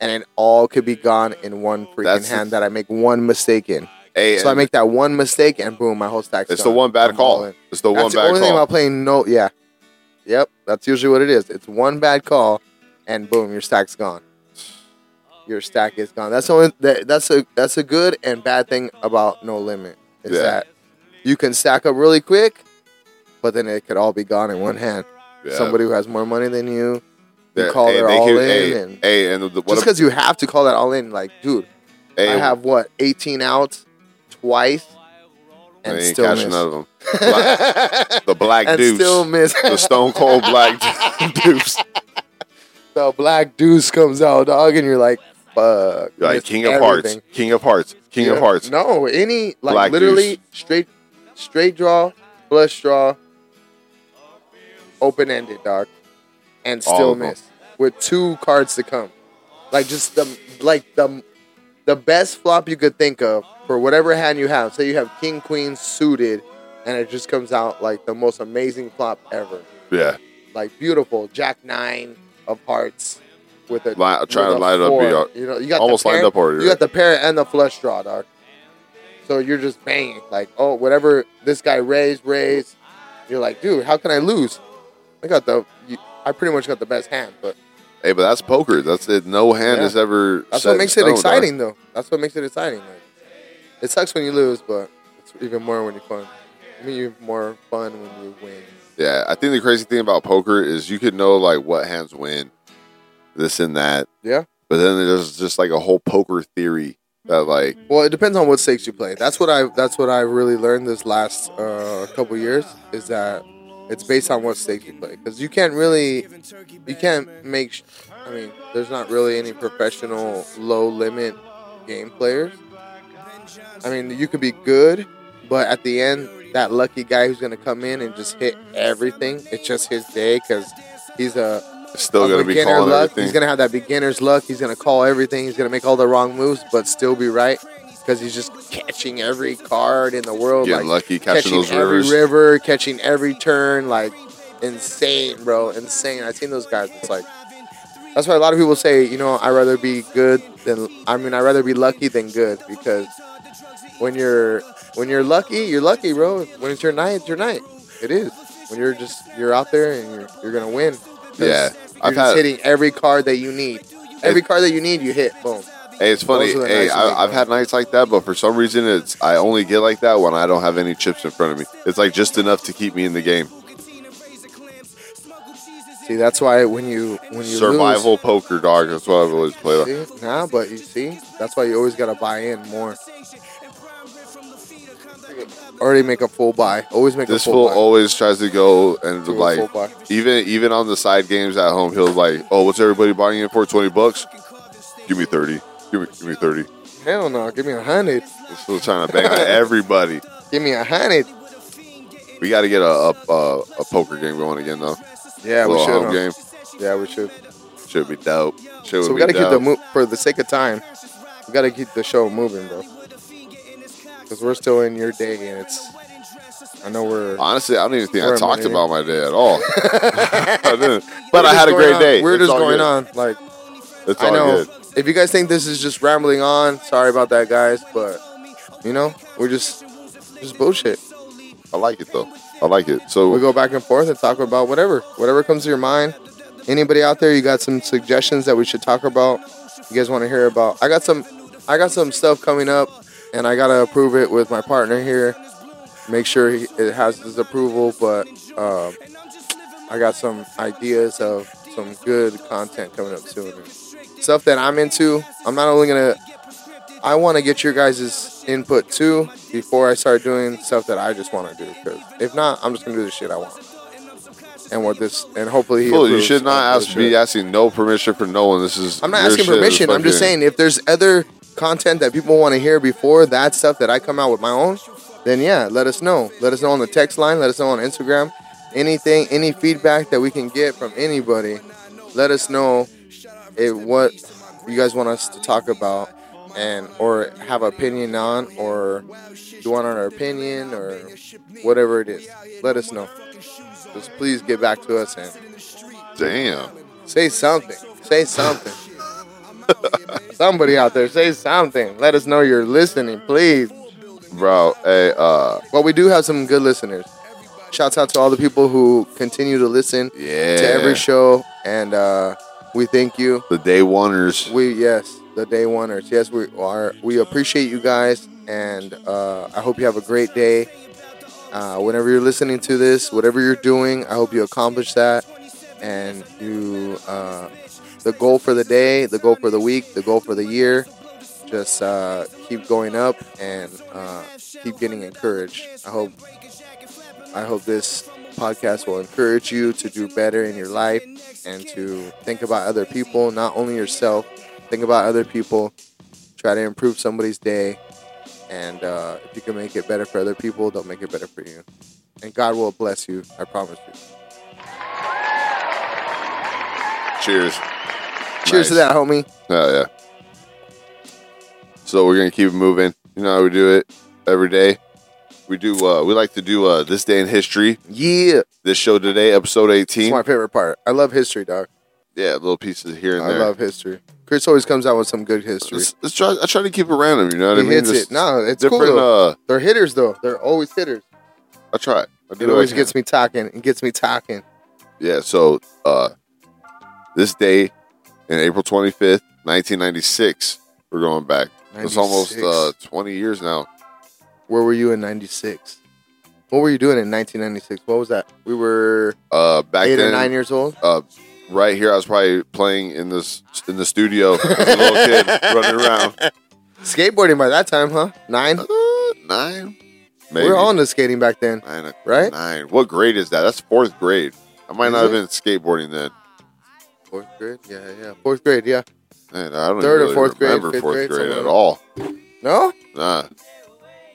F: and it all could be gone in one freaking
E: That's the-
F: hand that I make one mistake in.
E: Hey,
F: So I
E: and
F: make that one mistake and boom, my whole stack's
E: it's
F: gone.
E: the one bad
F: I'm
E: call.
F: all in.
E: It's the one
F: that's the
E: bad
F: only thing
E: call.
F: about playing no yeah. Yep, that's usually what it is. It's one bad call and boom, your stack's gone. Your stack is gone. That's the only that, that's a that's a good and bad thing about no limit. Is
E: Yeah.
F: that you can stack up really quick, but then it could all be gone in one hand.
E: Yeah.
F: Somebody who has more money than you,
E: They're-
F: you call
E: hey,
F: their
E: they
F: all
E: keep-
F: in
E: Hey,
F: and
E: hey, and the, what
F: just
E: a-
F: because you have to call that all in, like, dude,
E: hey,
F: I have what 18 outs twice
E: they
F: and
E: ain't
F: still
E: catching
F: miss.
E: none of them. Black- the black
F: and
E: deuce,
F: still miss.
E: the stone cold black deuce.
F: the black deuce comes out, dog, and you're like, fuck.
E: You're like
F: missed
E: king of
F: everything.
E: hearts, king of hearts, king of
F: Yeah.
E: hearts.
F: No, any like
E: Black
F: literally
E: deuce.
F: straight, straight draw, flush draw, open ended, dog, and
E: All
F: still
E: of 'em.
F: miss with two cards to come. Like just the like the the best flop you could think of for whatever hand you have. Say you have king queen suited, and it just comes out like the most amazing flop ever.
E: Yeah,
F: Like beautiful jack nine of hearts with a
E: Li- trying
F: with
E: to
F: a
E: light it up.
F: four.
E: be all-
F: You know, you got
E: Almost
F: the
E: lined
F: pair,
E: up already,
F: You
E: right?
F: got the pair and the flush draw, dog. So you're just banging like, oh, whatever this guy raised, raised. You're like, dude, how can I lose? I got the, you, I pretty much got the best hand, but
E: Hey, but that's poker. That's it. No hand
F: Yeah.
E: is ever.
F: that's
E: set in
F: what makes it
E: stone,
F: exciting,
E: dog.
F: though. That's what makes it exciting. Like, it sucks when you lose, but it's even more when you fun. I mean, you're more fun when you win.
E: Yeah, I think the crazy thing about poker is you could know like what hands win, this and that.
F: Yeah.
E: But then there's just like a whole poker theory that like
F: Well, it depends on what stakes you play. That's what I that's what I really learned this last uh, couple years is that it's based on what stakes you play because you can't really you can't make. sh- I mean, there's not really any professional low limit game players. I mean, you could be good, but at the end, that lucky guy who's gonna come in and just hit everything, it's just his day because he's a
E: it's still
F: a
E: gonna be
F: beginner
E: calling
F: luck.
E: everything.
F: He's gonna have that beginner's luck. He's gonna call everything. He's gonna make all the wrong moves, but still be right because he's just catching every card in the world.
E: Getting
F: like,
E: lucky, catching those
F: every
E: rivers.
F: river, catching every turn. Like insane, bro, insane. I've seen those guys. It's like that's why a lot of people say, you know, I'd rather be good than I mean, I'd rather be lucky than good because when you're when you're lucky, you're lucky, bro. When it's your night, it's your night. It is. When you're just you're out there and you're you're gonna win. 'Cause
E: Yeah.
F: you're
E: I've
F: just
E: had-
F: hitting every card that you need. Every card that you need, you hit. Boom.
E: Hey, it's funny.
F: Those are the
E: Hey,
F: nights you make
E: I, I've
F: money.
E: had nights like that, but for some reason, it's I only get like that when I don't have any chips in front of me. It's like just enough to keep me in the game.
F: See, that's why when you when you
E: Survival poker, dog. That's what I've always played. on.
F: Lose, see, nah, but you see, that's why you always gotta buy in more. Already make a full buy. Always make
E: This
F: a full
E: fool
F: buy.
E: always tries to go and
F: Do a
E: like
F: full buy.
E: even even on the side games at home, he'll like, oh, what's everybody buying in for? Twenty bucks? Give me thirty. Give me give me thirty.
F: Hell no! Give me a hundred.
E: This fool trying to bang on everybody.
F: Give me a hundred.
E: We got to get a, a a a poker game going again though.
F: Yeah,
E: a
F: we
E: little
F: should.
E: home
F: huh?
E: game
F: Yeah, we should.
E: should be dope. Should
F: So we
E: be
F: gotta keep the
E: dope.
F: mo- for the sake of time. We gotta keep the show moving, bro. Because we're still in your day, and it's. I know we're.
E: Honestly, I don't even think
F: We're
E: I
F: in
E: talked
F: Miami.
E: about my day at all. I didn't.
F: We're
E: But I
F: just
E: had a
F: going
E: great
F: on-
E: day.
F: We're
E: It's
F: just
E: all
F: going
E: good.
F: on. Like
E: It's
F: I
E: all
F: know.
E: good.
F: If you guys think this is just rambling on, sorry about that, guys. But you know, we're just just bullshit.
E: I like it though. I like it. So
F: We go back and forth and talk about whatever, whatever comes to your mind. Anybody out there, you got some suggestions that we should talk about? You guys want to hear about? I got some, I got some stuff coming up, and I gotta approve it with my partner here. make sure he, it has his approval. But uh, I got some ideas of some good content coming up soon. Stuff that I'm into. I'm not only gonna. I want to get your guys' input too before I start doing stuff that I just want to do. Because if not, I'm just gonna do the shit I want. And what this, and hopefully he.
E: Fool, you
F: approves
E: should not
F: of this
E: ask, be
F: shit.
E: asking no permission for no one. This is
F: I'm not
E: your
F: asking
E: shit is
F: permission. I'm just
E: fucking-
F: saying if there's other content that people want to hear before that stuff that I come out with my own, then yeah, let us know. Let us know on the text line. Let us know on Instagram. Anything, any feedback that we can get from anybody, let us know if what you guys want us to talk about and or have opinion on or you want our opinion or whatever it is. Let us know. Just please get back to us and
E: Damn.
F: Say something. Say something. Somebody out there, say something. Let us know you're listening, please.
E: Bro, hey, uh,
F: Well, we do have some good listeners. Shouts out to all the people who continue to listen
E: yeah.
F: to every show, and uh, we thank you.
E: The day oneers.
F: We yes, the day oneers. Yes, we are. We appreciate you guys, and uh, I hope you have a great day. Uh, whenever you're listening to this, whatever you're doing, I hope you accomplish that, and you uh, the goal for the day, the goal for the week, the goal for the year. Just uh, keep going up and uh, keep getting encouraged. I hope I hope this podcast will encourage you to do better in your life and to think about other people, not only yourself. Think about other people. Try to improve somebody's day. And uh, if you can make it better for other people, they'll make it better for you. And God will bless you. I promise you.
E: Cheers.
F: Cheers to
E: Nice.
F: that, homie.
E: Hell yeah. So we're gonna keep it moving. You know how we do it every day. We do. Uh, we like to do uh, this day in history.
F: Yeah.
E: This show today, episode
F: It's
E: eighteen.
F: my favorite part. I love history, dog.
E: Yeah, little pieces here and
F: I
E: there.
F: love history. Chris always comes out with some good history.
E: Let's, let's try. I try to keep it random. You know what
F: He
E: I mean?
F: hits
E: Just
F: it. No, it's cool,
E: different.
F: though.
E: Uh,
F: They're hitters, though. They're always hitters.
E: I try. I do
F: It
E: what I
F: always
E: can.
F: gets me talking. It gets me talking.
E: Yeah. So uh, this day in April twenty fifth, nineteen ninety six. We're going back. It's almost
F: 96.
E: uh, twenty years now.
F: Where were you in '96? What were you doing in 1996? What was that? We were
E: Uh, back
F: eight
E: then,
F: or nine years old.
E: uh, right here, I was probably playing in this in the studio as a little kid running around.
F: Skateboarding by that time, huh? Nine.
E: Uh, nine, maybe.
F: We were all into skating back then.
E: nine, o-
F: right?
E: Nine. What grade is that? That's fourth grade. I might
F: Is
E: not
F: it?
E: have been skateboarding then.
F: Fourth grade. Yeah, yeah. Fourth grade. Yeah.
E: Man, I don't
F: Third or
E: even really
F: fourth grade,
E: remember
F: fifth
E: fourth
F: grade,
E: grade,
F: somewhere.
E: at all.
F: No.
E: Nah.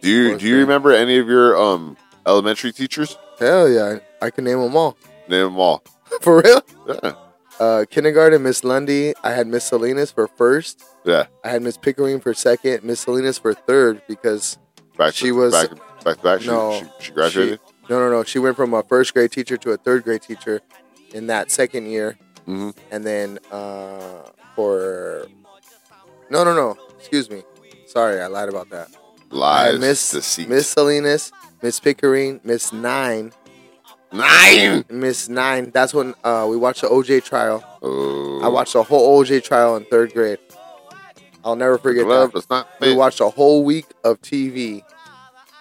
E: Do you
F: Fourth
E: do you
F: grade.
E: remember any of your um elementary teachers?
F: Hell yeah. I can name them all.
E: Name them all.
F: for real.
E: Yeah.
F: Uh, kindergarten, Miss Lundy. I had Miss Salinas for first.
E: Yeah.
F: I had Miss Pickering for second. Miss Salinas for third because
E: Back
F: She
E: to,
F: was-
E: back, back to back. She,
F: no,
E: she, she graduated.
F: She, no, no, no. She went from a first grade teacher to a third grade teacher in that second year,
E: Mhm.
F: and then uh, for no, no, no. Excuse me. Sorry, I lied about that. I
E: Lies.
F: had Miss
E: deceit.
F: Miss Salinas, Miss Pickering, Miss Nine,
E: nine.
F: Miss Nine. That's when uh, we watched the OJ trial.
E: Oh,
F: I watched the whole OJ trial in third grade. I'll never forget
E: Love,
F: that.
E: it's not
F: We
E: fit.
F: watched a whole week of TV.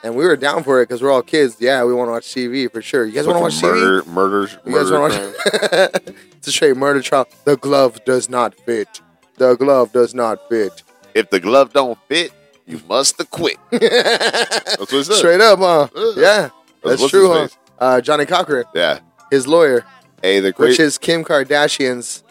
F: And we were down for it because we're all kids. Yeah, we want to watch TV for sure. You guys want to
E: Fucking
F: watch TV?
E: murder, murders,
F: You guys
E: murder
F: want
E: crime.
F: to watch? it's a straight murder trial. The glove does not fit. The glove does not fit.
E: If the glove don't fit, you must have quit. That's what it said.
F: Straight up, huh?
E: Ugh.
F: Yeah,
E: That's
F: that's
E: what's
F: true, huh?
E: his face.
F: Uh, Johnny Cochran,
E: Yeah.
F: his lawyer,
E: Hey, the great
F: which is Kim Kardashian's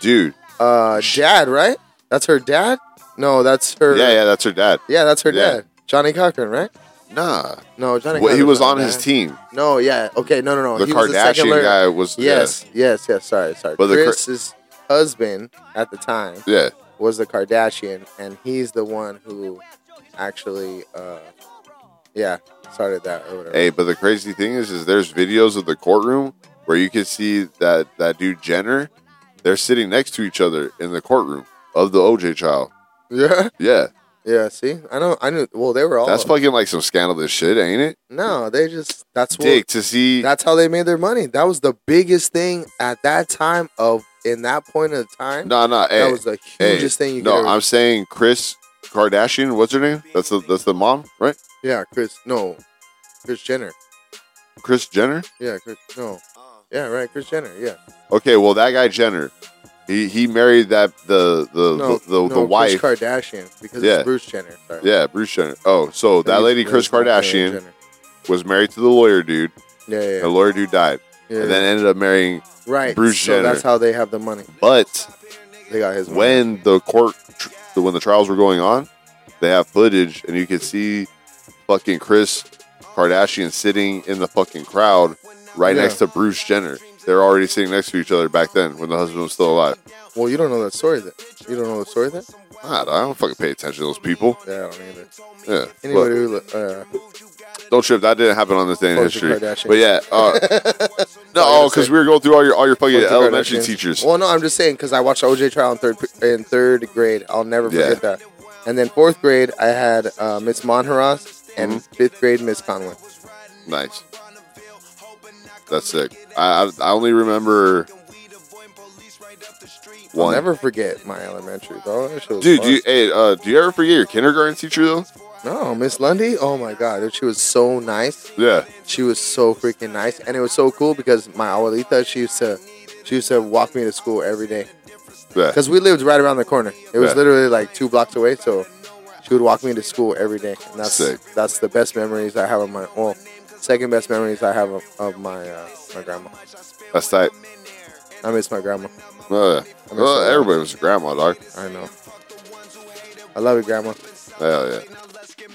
E: dude.
F: uh, dad, right? That's her dad? No, that's her.
E: Yeah, yeah, that's her dad.
F: Yeah, that's her
E: Yeah.
F: dad. Johnny Cochran, right?
E: Nah,
F: No, Johnny.
E: well, he
F: Cochran's
E: was
F: not
E: on his
F: bad.
E: team.
F: No, yeah. Okay, no, no, no.
E: The
F: Oh, he was the second
E: Kardashian
F: lawyer.
E: guy was
F: Yes, yes, yes. Sorry, sorry.
E: But the Kar-
F: Chris's husband at the time
E: Yeah, yeah.
F: was the Kardashian, and he's the one who actually, uh, yeah, started that or whatever.
E: Hey, but the crazy thing is, is there's videos of the courtroom where you can see that that dude Jenner, they're sitting next to each other in the courtroom of the OJ trial.
F: Yeah,
E: Yeah,
F: yeah. See, I know, I knew. Well, they were all.
E: that's fucking like some scandalous shit, ain't it?
F: no, they just. That's what.
E: Dick to see.
F: That's how they made their money. That was the biggest thing at that time of in that point of time.
E: No, no. Hey,
F: that was the
E: hey,
F: hugest thing you could
E: No,
F: ever
E: I'm saying Chris Kardashian. What's her name? That's the that's the mom, right?
F: Yeah, Chris. No, Chris Jenner.
E: Chris Jenner?
F: Yeah, Chris, no. Yeah, right, Chris Jenner. Yeah.
E: Okay, well that guy Jenner, he he married that the the
F: No,
E: the,
F: no,
E: the, the wife.
F: Chris Kardashian because
E: Yeah.
F: it's Bruce Jenner. Sorry.
E: yeah, Bruce Jenner. Oh, so that
F: It's-
E: lady
F: it's
E: Chris
F: not Kylie
E: Kardashian
F: Jenner.
E: was married to the lawyer dude.
F: Yeah, yeah,
E: The lawyer dude died,
F: yeah.
E: and then ended up marrying.
F: right.
E: Bruce
F: so
E: Jenner.
F: That's how they have the money.
E: But
F: They got his money.
E: when the court tr- when the trials were going on, they have footage and you could see fucking Chris Kardashian sitting in the fucking crowd right
F: Yeah.
E: next to Bruce Jenner. They're already sitting next to each other back then when the husband was still alive.
F: Well, you don't know that story then. You don't know the story then.
E: God, I don't fucking pay attention to those people.
F: Yeah, I don't either.
E: Yeah.
F: Anybody
E: Look,
F: who look, uh,
E: don't trip. That didn't happen on this day in
F: Fuck the
E: history.
F: Kardashians.
E: But yeah, uh, no, because we were going through all your all your fucking
F: Fuck the
E: elementary
F: Kardashians.
E: teachers.
F: Well, no, I'm just saying because I watched OJ trial in third in third grade. I'll never
E: Yeah.
F: forget that. And then fourth grade, I had uh, Miss Monjaraz, and
E: Mm-hmm.
F: fifth grade, Miss Conway.
E: Nice. That's sick. I I, I only remember
F: I'll
E: one.
F: never forget my elementary though. That shit was
E: Dude,
F: fun.
E: do you, hey, uh, do you ever forget your kindergarten teacher though?
F: no, Miss Lundy. Oh my God, dude, she was so nice.
E: Yeah.
F: She was so freaking nice, and it was so cool because my abuelita, she used to, she used to walk me to school every day.
E: Yeah.
F: Because we lived right around the corner. It was
E: Yeah.
F: literally like two blocks away, so she would walk me to school every day. And that's
E: Sick.
F: that's the best memories I have of my well, second best memories I have of, of my uh, my grandma.
E: That's tight.
F: I miss my grandma.
E: Uh, well, everybody was a grandma, dog.
F: I know. I love you, grandma.
E: Hell yeah.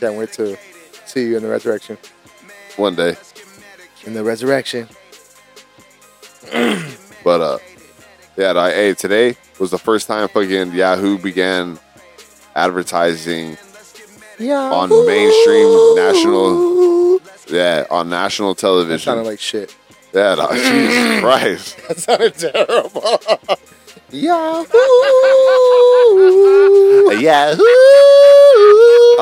F: Can't wait to see you in the resurrection.
E: One day.
F: In the resurrection.
E: But uh, yeah. Like, hey, today was the first time fucking Yahoo began advertising
F: Yeah.
E: on mainstream national. Yeah, on national
F: That sounded
E: television.
F: like shit.
E: yeah, dog. Jesus Christ.
F: That sounded terrible. Yahoo!
E: Yahoo.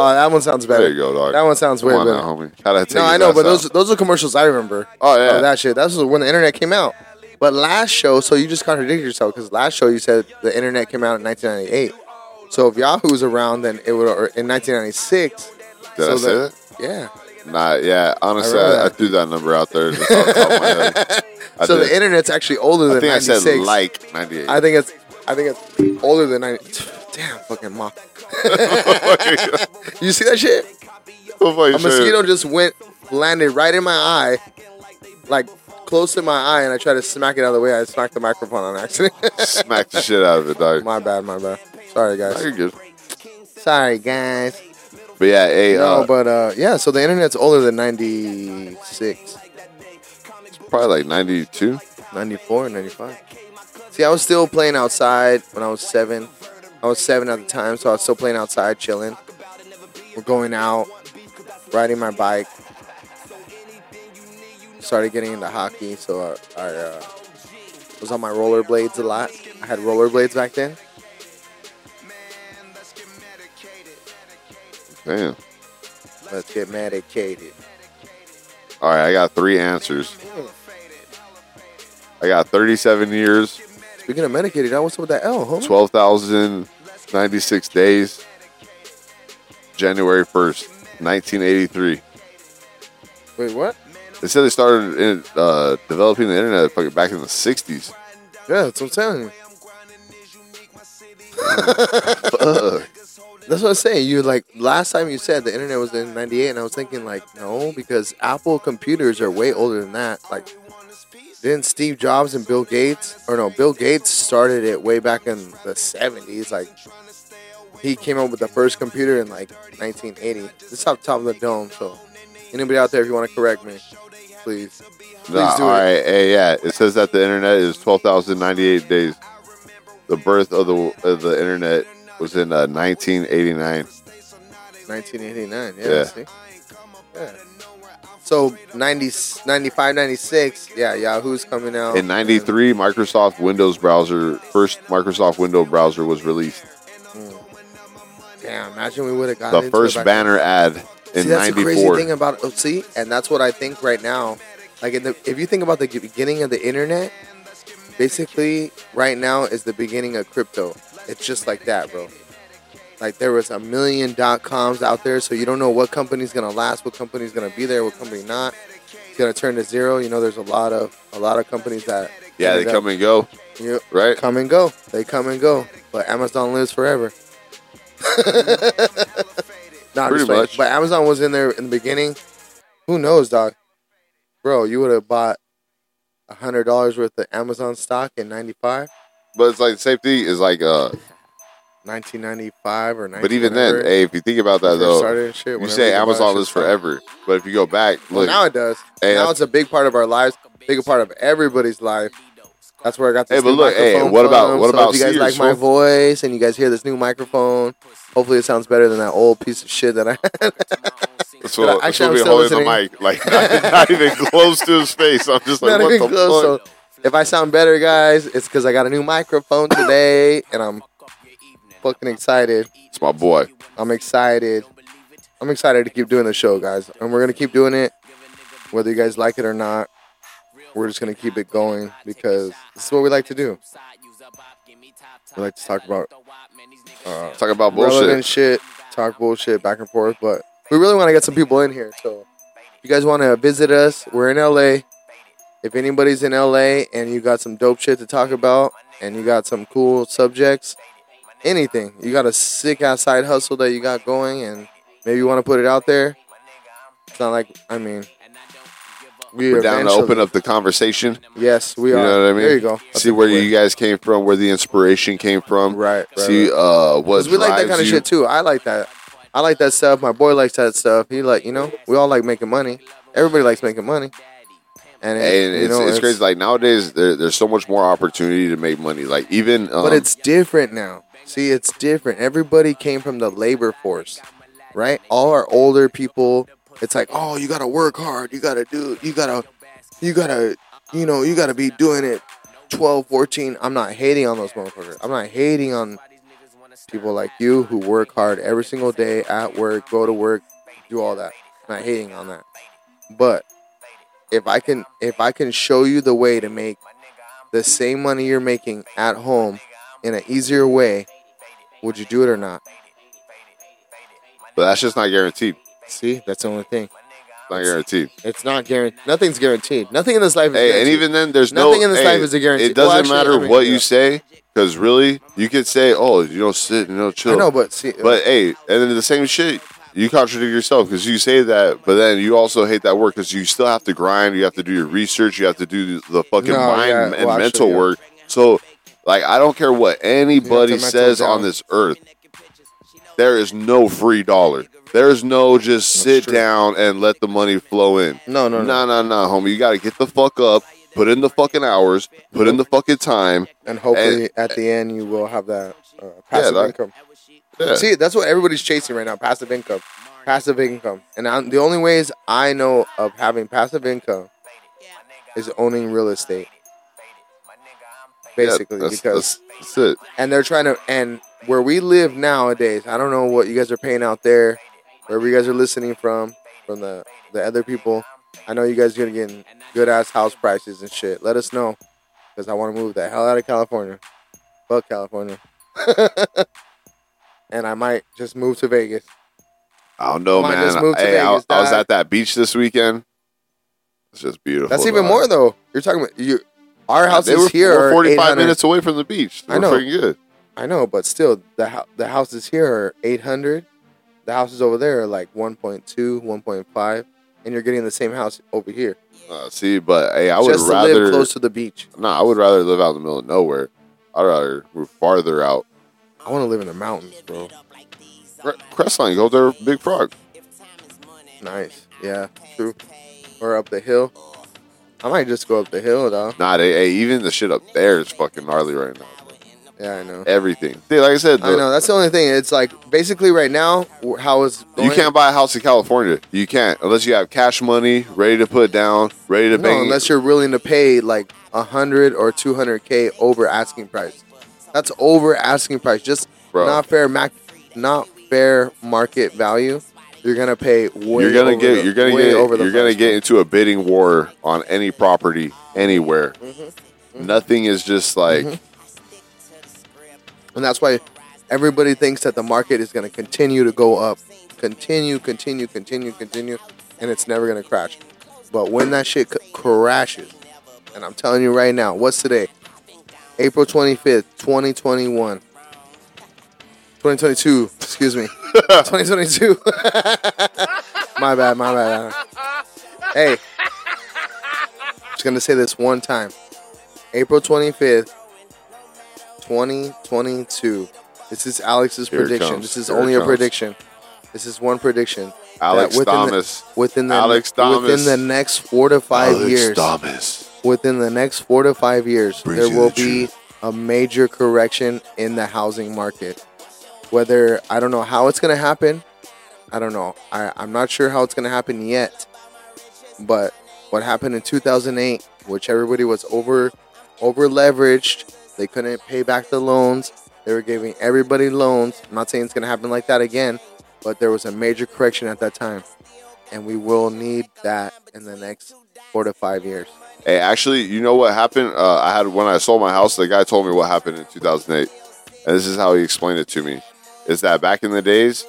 F: Oh, that one sounds better.
E: There you go, dog.
F: That one sounds way
E: Come on
F: better.
E: now, homie. Gotta take
F: No,
E: his
F: I know,
E: ass
F: but
E: out.
F: those those are commercials I remember.
E: Oh, yeah.
F: of that shit. That's when the internet came out. But last show, so you just contradicted yourself because last show you said the internet came out in 1998. So if Yahoo's around, then it would or in 1996.
E: Did
F: so
E: I say that?
F: Yeah.
E: Nah, yeah. Honestly,
F: I remember
E: I, I,
F: that.
E: threw that number out there. Just off the top of my head. I
F: so
E: did.
F: the internet's actually older
E: I
F: than
E: think I
F: 96.
E: said like 98.
F: I think it's I think it's older than 90. Damn, fucking moth. you see that shit?
E: Oh, my
F: A
E: shit.
F: mosquito just went landed right in my eye, like close to my eye, and I tried to smack it out of the way. I smacked the microphone on accident.
E: smacked the shit out of it, dog.
F: my bad, my bad. Sorry
E: Nah, you're
F: guys.
E: good.
F: Sorry guys.
E: But yeah, hey,
F: No,
E: uh,
F: but uh, yeah. So the internet's older than 96,
E: probably like 92.
F: 94, 95. See, I was still playing outside when I was seven. I was seven at the time, so I was still playing outside, chilling. We're going out, riding my bike. Started getting into hockey, so I, I uh, was on my rollerblades a lot. I had rollerblades back then.
E: Damn.
F: Let's get medicated.
E: All right, I got three answers. I got 37 years,
F: Speaking of medicated, I what's up with that L, homie?
E: 12,096 days, January 1st, 1983.
F: Wait, what?
E: They said they started in, uh, developing the internet fucking back in the 60s.
F: Yeah, that's what I'm telling you. that's what I'm saying. You like last time you said the internet was in '98, and I was thinking like, no, because Apple computers are way older than that. Like, didn't Steve Jobs and Bill Gates, or no, Bill Gates started it way back in the '70s. Like, he came up with the first computer in like 1980. This is off the top of the dome. So, anybody out there, if you want to correct me, please.
E: Nah,
F: do
E: all
F: it.
E: right, hey, yeah. It says that the internet is 12,098 days. The birth of the of the internet was in uh, 1989.
F: 1989. Yeah.
E: Yeah.
F: See? yeah. So 90, 95, 96. Yeah, Yahoo's coming out.
E: In 93, Microsoft Windows browser, first Microsoft window browser was released.
F: And, damn, imagine we would have gotten
E: The
F: into
E: first
F: it back-
E: banner ad in
F: See, that's the crazy thing
E: 94.
F: about oh, see, and that's what I think right now. Like, in the, if you think about the beginning of the internet, basically right now is the beginning of crypto. It's just like that, bro. Like there was a million dot coms out there, so you don't know what company's gonna last, what company's gonna be there, what company not. It's gonna turn to zero. You know, there's a lot of a lot of companies that
E: Yeah,
F: ended
E: they
F: up-
E: come and go,
F: you-
E: right?
F: come and go. They come and go, but Amazon lives forever. Nah, I'm
E: Pretty
F: just playing.
E: much.
F: But Amazon was in there in the beginning. Who knows, dog? Bro, you would have bought a hundred dollars worth of Amazon stock in 95,
E: But it's like the same thing is like uh
F: 1995 or 90.
E: but even then, hey, if you think about that
F: First
E: though,
F: started and shit,
E: you
F: whenever
E: say
F: you buy
E: Amazon
F: shit
E: is
F: from-
E: forever. But if you go back,
F: Well,
E: look
F: now it does.
E: Hey,
F: now
E: that's-
F: it's a big part of our lives, big part of everybody's life. That's where I got this.
E: Hey, but
F: new
E: look, hey,
F: microphone
E: what about-
F: from.
E: what
F: So
E: about
F: if you guys like
E: Sears,
F: my
E: fool?
F: voice and you guys hear this new microphone? Hopefully, it sounds better than that old piece of shit that I had.
E: That's what,
F: I- actually, I'm
E: that's what we
F: still
E: holding the
F: listening.
E: mic, like not, not even close to his face. I'm just like,
F: Not
E: what
F: even
E: the
F: close,
E: fuck?
F: so if I sound better, guys, it's because I got a new microphone today, and I'm fucking excited.
E: It's my boy.
F: I'm excited. I'm excited to keep doing the show, guys, and we're gonna keep doing it, whether you guys like it or not. We're just gonna keep it going because this is what we like to do. We like to talk about uh,
E: Talk about bullshit.
F: relevant shit, talk bullshit back and forth. But we really want to get some people in here. So if you guys want to visit us, we're in LA. If anybody's in LA and you got some dope shit to talk about and you got some cool subjects, anything, you got a sick ass side hustle that you got going and maybe you want to put it out there, it's not like, I mean, we
E: We're down to
F: eventually-
E: open up the conversation.
F: Yes, we
E: You
F: are.
E: know what I mean?
F: There you go. That's
E: See
F: a
E: where
F: good way.
E: you guys came from, where the inspiration came from.
F: Right, right,
E: See
F: right.
E: uh what
F: 'Cause we like that
E: drives
F: kind of
E: you.
F: shit too. I like that. I like that stuff. My boy likes that stuff. He like, you know, we all like making money. Everybody likes making money. And, it,
E: And
F: you
E: it's,
F: know,
E: it's, crazy. Like nowadays, there, there's so much more opportunity to make money. Like even, um,
F: but it's different now. See, it's different. Everybody came from the labor force, right? All our older people, it's like, oh, you gotta work hard. You gotta do. You gotta, you gotta, you know, you gotta be doing it. 12, 14. I'm not hating on those motherfuckers. I'm not hating on people like you who work hard every single day at work, go to work, do all that. Not hating on that. But if I can if I can show you the way to make the same money you're making at home in an easier way, would you do it or not?
E: but that's just not guaranteed.
F: See, that's the only thing.
E: It's not guaranteed.
F: It's not guaranteed. Nothing's guaranteed. Nothing in this life is
E: Hey,
F: guaranteed.
E: and even then, there's
F: Nothing
E: no,
F: in this
E: hey,
F: life is a guarantee.
E: It doesn't
F: Well, actually,
E: matter
F: I mean,
E: what you
F: yeah.
E: say, because really, you could say, "Oh, you know, sit, you know, chill."
F: I know, but see,
E: But hey, and then the same shit, you contradict yourself because you say that, but then you also hate that work because you still have to grind. You have to do your research. You have to do the fucking
F: No,
E: mind
F: yeah,
E: and
F: well, actually,
E: mental
F: yeah.
E: work. So, like, I don't care what anybody
F: mental
E: says on
F: down.
E: this earth. There is no free dollar. There is no just sit
F: true.
E: down and let the money flow in.
F: No, no, no.
E: nah, nah, nah, homie. You got to get the fuck up, put in the fucking hours, put in the fucking time.
F: and hopefully at the end you will have that uh, passive
E: that-
F: income.
E: Yeah.
F: See, that's what everybody's chasing right now: passive income, passive income. And i the only ways I know of having passive income is owning real estate,
E: Yeah,
F: basically.
E: that's-
F: because
E: that's, that's it.
F: and they're trying to and where we live nowadays i don't know what you guys are paying out there wherever you guys are listening from from the the other people i know you guys are gonna get good ass house prices and shit let us know because i want to move the hell out of california fuck california and i might just move to vegas
E: I don't know,
F: Come on,
E: man.
F: just move to
E: Hey, I,
F: Vegas,
E: I was
F: dog.
E: at that beach this weekend. It's just beautiful.
F: that's even
E: dog.
F: more though you're talking about you our
E: Yeah,
F: houses
E: they were,
F: here
E: we're
F: are
E: 45
F: 800
E: minutes away from the beach. They
F: I
E: were
F: know.
E: freaking good.
F: I know, but still, the hou- the houses here are 800. The houses over there are like 1.2, 1.5, and you're getting the same house over here.
E: Uh, see, but hey, I would
F: just
E: rather.
F: to live close to the beach.
E: nah, I would rather live out in the middle of nowhere. I'd rather move farther out.
F: I want to live in the mountains, bro.
E: Cre- Crestline, go there, Big Frog.
F: Nice. Yeah, true. Or up the hill. I might just go up the hill, though.
E: Nah, they, hey, even the shit up there is fucking gnarly right now.
F: Yeah, I know.
E: Everything. Dude, like I said,
F: I
E: the-
F: know. That's the only thing. It's like basically right now, wh- how is
E: you can't buy a house in California. You can't unless you have cash money ready to put down, ready to
F: No,
E: bank.
F: unless you're willing to pay like a hundred or two hundred k over asking price. That's over asking price. Just
E: Bro.
F: not fair mac, not fair market value. You're gonna pay way.
E: you're gonna
F: over
E: get
F: the-
E: you're gonna
F: way
E: get
F: over the
E: you're gonna
F: price.
E: get into a bidding war on any property anywhere.
F: Mm-hmm.
E: Nothing is just like
F: and that's why everybody thinks that the market is going to continue to go up, continue, continue, continue, continue, and it's never going to crash. But when that shit c- crashes, and I'm telling you right now, what's today? April 25th, 2021. 2022, excuse me. 2022. my bad, my bad. Hey, I'm just going to say this one time. April 25th, 2022. This is Alex's
E: Here it
F: prediction.
E: comes.
F: This is
E: Here it
F: only a
E: comes.
F: prediction. This is one prediction. that
E: Alex
F: within the-
E: Thomas.
F: within the
E: Alex Thomas.
F: within the next four to five
E: Alex
F: years.
E: "Oh, Thomas.
F: Within the next four to five years,
E: Brings
F: there
E: you
F: will
E: the
F: be
E: truth.
F: a major correction in the housing market. Whether I don't know how it's gonna happen, I don't know. I, I'm not sure how it's gonna happen yet. But what happened in 2008, which everybody was over over leveraged, they couldn't pay back the loans. They were giving everybody loans. I'm not saying it's gonna happen like that again, but there was a major correction at that time, and we will need that in the next four to five years.
E: Hey, actually, you know what happened? Uh, I had when I sold my house, the guy told me what happened in 2008, and this is how he explained it to me: is that back in the days,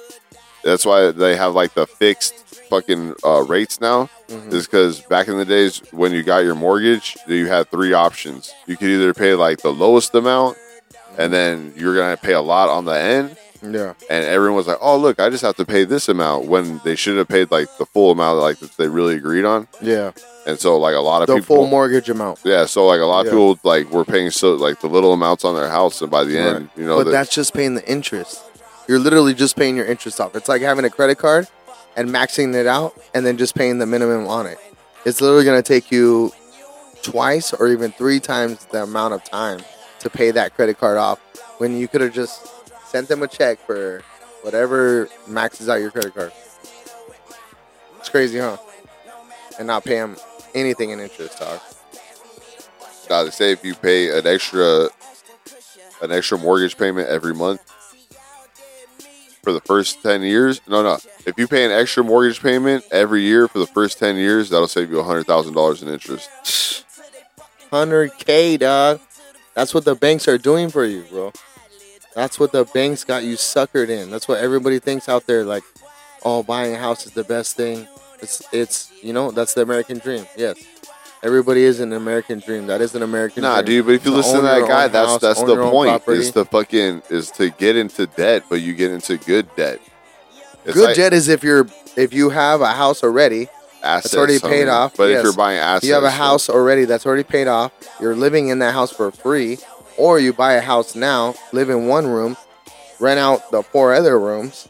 E: that's why they have like the fixed fucking uh, rates now,
F: Mm-hmm.
E: is because back in the days when you got your mortgage, you had three options: you could either pay like the lowest amount,
F: Mm-hmm.
E: and then you're gonna pay a lot on the end,
F: Yeah,
E: and everyone was like, "Oh, look, I just have to pay this amount," when they should have paid like the full amount, like that they really agreed on,
F: yeah.
E: and so like a lot of
F: The
E: people
F: full mortgage amount.
E: yeah, so like a lot
F: Yeah.
E: of people like were paying so like the little amounts on their house, and by the end,
F: Right.
E: you know,
F: but
E: the,
F: that's just paying the interest. You're literally just paying your interest off. It's like having a credit card and maxing it out and then just paying the minimum on it. It's literally going to take you twice or even three times the amount of time to pay that credit card off when you could have just sent them a check for whatever maxes out your credit card. It's crazy, huh? And not pay them anything in interest, dog.
E: uh, they say if you pay an extra an extra mortgage payment every month for the first ten years, no, no, if you pay an extra mortgage payment every year for the first ten years, that'll save you hundred thousand dollars in interest.
F: 100k, dog. That's what the banks are doing for you, bro. That's what the banks got you suckered in. That's what everybody thinks out there. Like, oh, buying a house is the best thing. It's, it's, you know, that's the American dream. Yes, everybody is an American dream. That is an American.
E: Nah,
F: dream.
E: dude, but if you
F: To
E: listen to
F: own
E: that
F: your
E: guy,
F: own
E: that's
F: house,
E: that's
F: own
E: the
F: your own
E: point
F: property.
E: is to fucking is to get into debt, but you get into good debt. It's
F: Good
E: like
F: jet is if you're if you have a house already,
E: assets,
F: already paid
E: homie.
F: off,
E: But
F: yes.
E: if you're buying assets,
F: you have a
E: bro.
F: house already that's already paid off. You're living in that house for free, or you buy a house now, live in one room, rent out the four other rooms,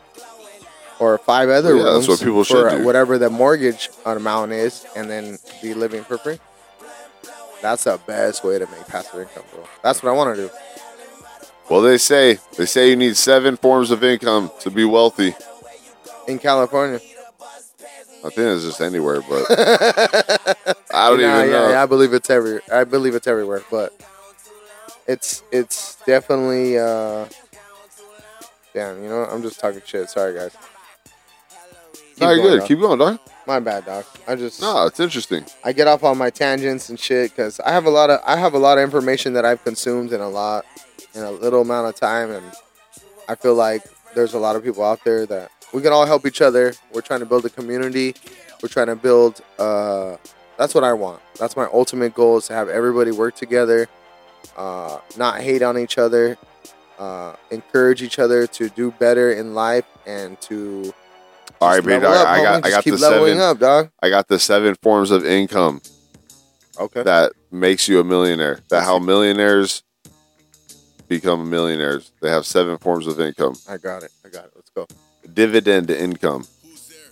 F: or five other
E: Yeah,
F: rooms
E: that's what people
F: for
E: should do.
F: whatever the mortgage amount is, and then be living for free. That's the best way to make passive income, bro. That's what I want to do.
E: Well, they say they say you need seven forms of income to be wealthy.
F: In California,
E: I think it's just anywhere, but I don't
F: yeah,
E: even
F: yeah,
E: know.
F: yeah, I believe it's every. I believe it's everywhere, but it's it's definitely. uh Damn, you know, what? I'm just talking shit. Sorry, guys. Keep
E: no, you're
F: going,
E: good.
F: dog.
E: Keep going, dog.
F: My bad, dog. I just
E: No, it's interesting.
F: I get off on my tangents and shit because I have a lot of I have a lot of information that I've consumed in a lot in a little amount of time, and I feel like there's a lot of people out there that we can all help each other. We're trying to build a community. We're trying to build. Uh, that's what I want. That's my ultimate goal is to have everybody work together, uh, not hate on each other, uh, encourage each other to do better in life and to
E: All right,
F: just
E: baby.
F: level
E: dog,
F: up,
E: I
F: homie.
E: got I
F: Just
E: got
F: keep
E: the
F: leveling
E: seven
F: up, dog.
E: I got the seven forms of income
F: Okay.
E: that makes you a millionaire. That how millionaires become millionaires. They have seven forms of income.
F: I got it. I got it. Let's go.
E: Dividend income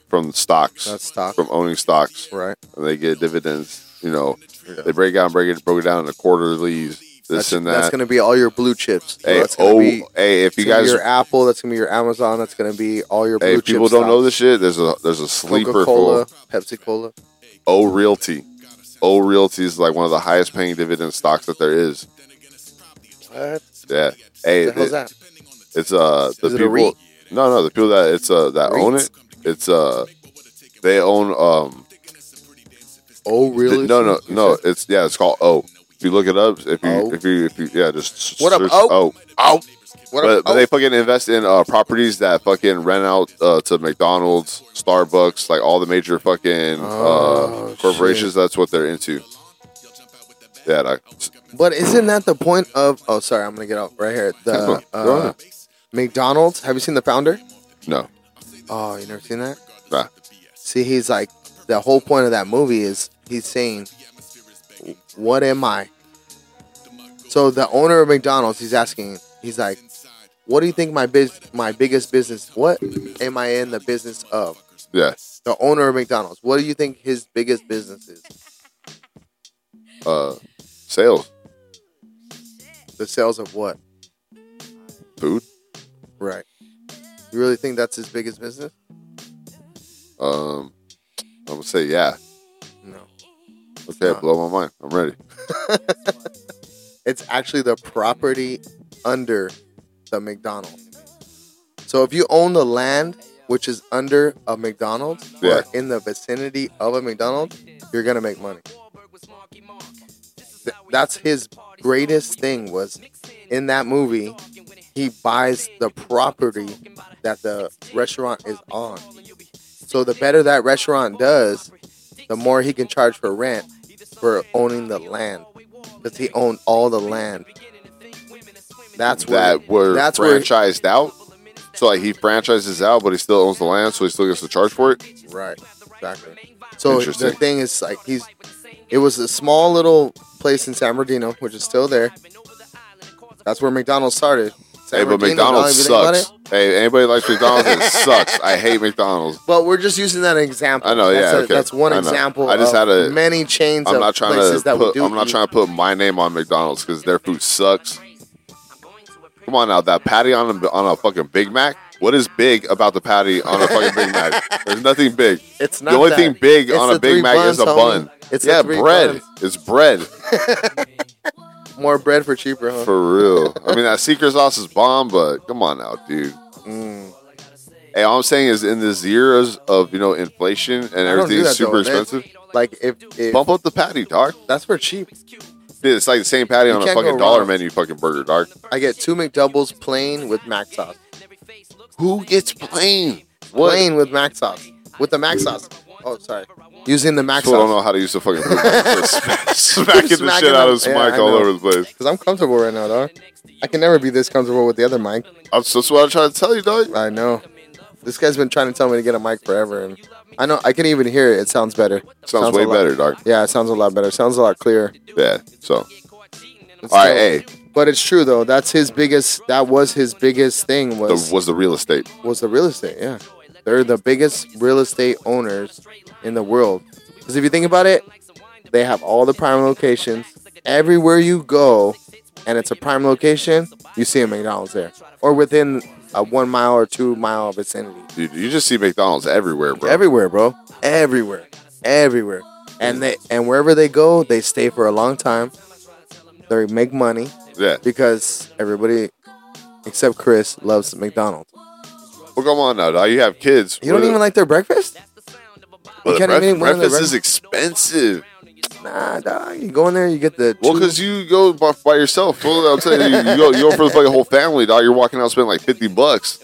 E: from stocks.
F: That's stock.
E: from owning stocks.
F: Right.
E: and they get dividends. You know, they break down, break it, broke it down into quarterlies, this
F: That's,
E: and
F: that's
E: that.
F: gonna be all your blue chips. So
E: hey,
F: that's gonna
E: oh,
F: be,
E: hey, if you
F: that's gonna be
E: guys,
F: your Apple. That's gonna be your Amazon. That's gonna be all your blue
E: hey, if
F: chips.
E: people don't know this shit, there's a there's a
F: Coca
E: sleeper for
F: Cola, Pepsi Cola.
E: O Realty. O Realty is like one of the highest paying dividend stocks that there is.
F: What?
E: Yeah. Hey,
F: the hell's
E: it-
F: that?
E: it's uh the
F: Is it a
E: people.
F: REIT?
E: No, no, the people that it's uh that own
F: REITs?
E: it. It's uh they own um
F: Oh,
E: th-
F: really?
E: no no
F: You
E: no
F: Oh, said-
E: it's yeah it's called O If you look it up, if you,
F: Oh.
E: if you, if you, yeah, just
F: What up,
E: search-
F: oh? Oh, what
E: but,
F: up?
E: but they fucking invest in uh, properties that fucking rent out uh, to McDonald's, Starbucks, like all the major fucking
F: Oh,
E: uh, corporations. That's what they're into. Yeah, like,
F: oh. But isn't that the point of? Oh, sorry, I'm gonna get out right here. The
E: Yeah, go
F: uh,
E: ahead.
F: McDonald's. Have you seen the founder?
E: no,
F: Oh, you never seen that?
E: nah.
F: See, he's like the whole point of that movie is he's saying, "What am I?" So the owner of McDonald's, he's asking, he's like, "What do you think my biz, my biggest business? What am I in the business of?"
E: yeah,
F: The owner of McDonald's, what do you think his biggest business is?
E: uh, sales,
F: The sales of what?
E: food,
F: Right. You really think that's his biggest business?
E: um, I'm gonna say yeah.
F: No.
E: Okay,
F: Nah.
E: blow my mind. I'm ready.
F: It's actually the property under the McDonald's. So if you own the land which is under a McDonald's
E: Yeah.
F: or in the vicinity of a McDonald's, you're gonna make money. Th- that's his greatest thing was in that movie he buys the property that the restaurant is on. So the better that restaurant does, the more he can charge for rent for owning the land because he owned all the land. That's where
E: That were
F: that's where
E: franchised out. So like he franchises out, but he still owns the land, so he still gets to charge for it.
F: Right. Exactly. So the
E: Interesting.
F: thing is, like, he's. It was a small little place in San Bernardino, which is still there. That's where McDonald's started. San
E: hey, but
F: Bernardino, now
E: McDonald's
F: if you think about
E: sucks.
F: it-
E: Hey, anybody likes McDonald's? it sucks. I hate McDonald's.
F: But we're just using that example.
E: I know,
F: That's
E: yeah,
F: a-
E: okay.
F: That's one
E: I know.
F: example.
E: I just
F: of
E: had a-
F: many chains
E: I'm
F: of
E: not trying
F: places
E: to
F: that we
E: put.
F: do.
E: I'm not
F: eat.
E: trying to put my name on McDonald's because their food sucks. Come on now, that patty on a, on a fucking Big Mac. What is big about the patty on a fucking Big Mac? There's nothing big.
F: It's not
E: the only
F: that.
E: thing big
F: It's
E: on
F: the
E: a Big
F: three
E: Mac
F: buns,
E: is a
F: homie.
E: bun.
F: It's the
E: yeah,
F: three
E: bread.
F: buns.
E: It's bread
F: More bread for cheaper, huh?
E: for real. I mean, that secret sauce is bomb, but come on now, dude. Hey, all I'm saying is, in this years of you know inflation and
F: I don't do
E: everything
F: that,
E: is
F: though.
E: super
F: That-
E: expensive,
F: Like if, if
E: bump up the patty, dog.
F: that's for cheap.
E: Dude, it's like the same patty
F: You
E: on a
F: can't
E: fucking
F: go
E: dollar
F: wrong.
E: menu fucking burger, dog.
F: I get two McDoubles plain with mac sauce.
E: Who gets plain?
F: Plain with mac sauce. With the mac sauce. Oh, sorry. Using the mac
E: People don't
F: sauce.
E: know how to use the fucking smack, smacking the
F: Smacking
E: shit out of his
F: them. Yeah,
E: mic
F: I
E: all
F: know.
E: over the place.
F: Because I'm comfortable right now, dog. I can never be this comfortable with the other mic.
E: I'm, that's what I'm trying to tell you, dog.
F: I know. This guy's been trying to tell me to get a mic forever, and I know I can even hear it. It sounds better.
E: Sounds,
F: a
E: way
F: lot-
E: better, dog.
F: Yeah, it sounds a lot better. sounds a lot clearer.
E: Yeah. So,
F: It's
E: all right,
F: still-
E: hey,
F: But it's true though. That's his biggest. That was his biggest thing was
E: the, was the real estate?
F: was the real estate. Yeah, they're the biggest real estate owners in the world. Because if you think about it, they have all the prime locations everywhere you go, and it's a prime location. You see a McDonald's there, or within a one mile or two mile vicinity.
E: Dude, you just see McDonald's everywhere, bro.
F: Everywhere, bro. Everywhere, everywhere. And they and wherever they go, they stay for a long time. They make money
E: yeah.
F: because everybody except Chris loves McDonald's.
E: Well, come on now, dog. You have kids.
F: You don't even like their breakfast?
E: well,
F: you
E: the
F: can't
E: breakfast,
F: even eat one of the
E: breakfast is
F: breakfast-
E: expensive.
F: Nah, dog. You go in there, you get the.
E: Well,
F: two-
E: because you go by, by yourself. Well, I'm saying you, you go, you go for the fucking whole family, dog. You're walking out spending like fifty bucks.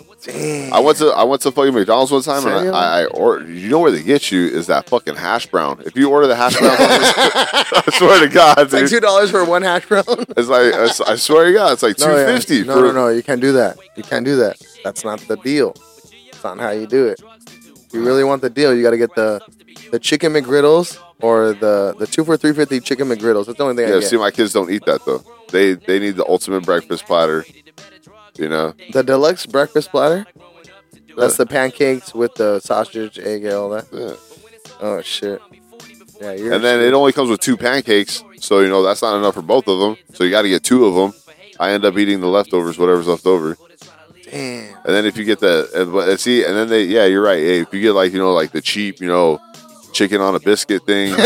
E: I went to I went to fucking McDonald's one time,
F: Serio?
E: and I, I ordered. You know where they get you is that fucking hash brown. If you order the hash brown, I swear to God, dude,
F: it's
E: it's
F: like
E: like,
F: two dollars for one hash brown. no,
E: it's- I swear to God, it's like two
F: yeah.
E: fifty.
F: No, no, no. You can't do that. You can't do that. That's not the deal. That's not how you do it. If you really want the deal, you got to get the the chicken McGriddles or the the two for three fifty chicken McGriddles. That's the only thing
E: Yeah,
F: I get.
E: see, my kids don't eat that though. They they need the ultimate breakfast platter. You know,
F: the deluxe breakfast platter. That's the pancakes with the sausage, egg, and all that.
E: Yeah.
F: Oh shit. Yeah, you're
E: and then it only comes with two pancakes, so you know that's not enough for both of them. So you got to get two of them. I end up eating the leftovers, whatever's left over.
F: damn.
E: And then if you get the and, but- and see, and then they yeah, you're right. Hey, if you get like you know like the cheap you know chicken on a biscuit thing, it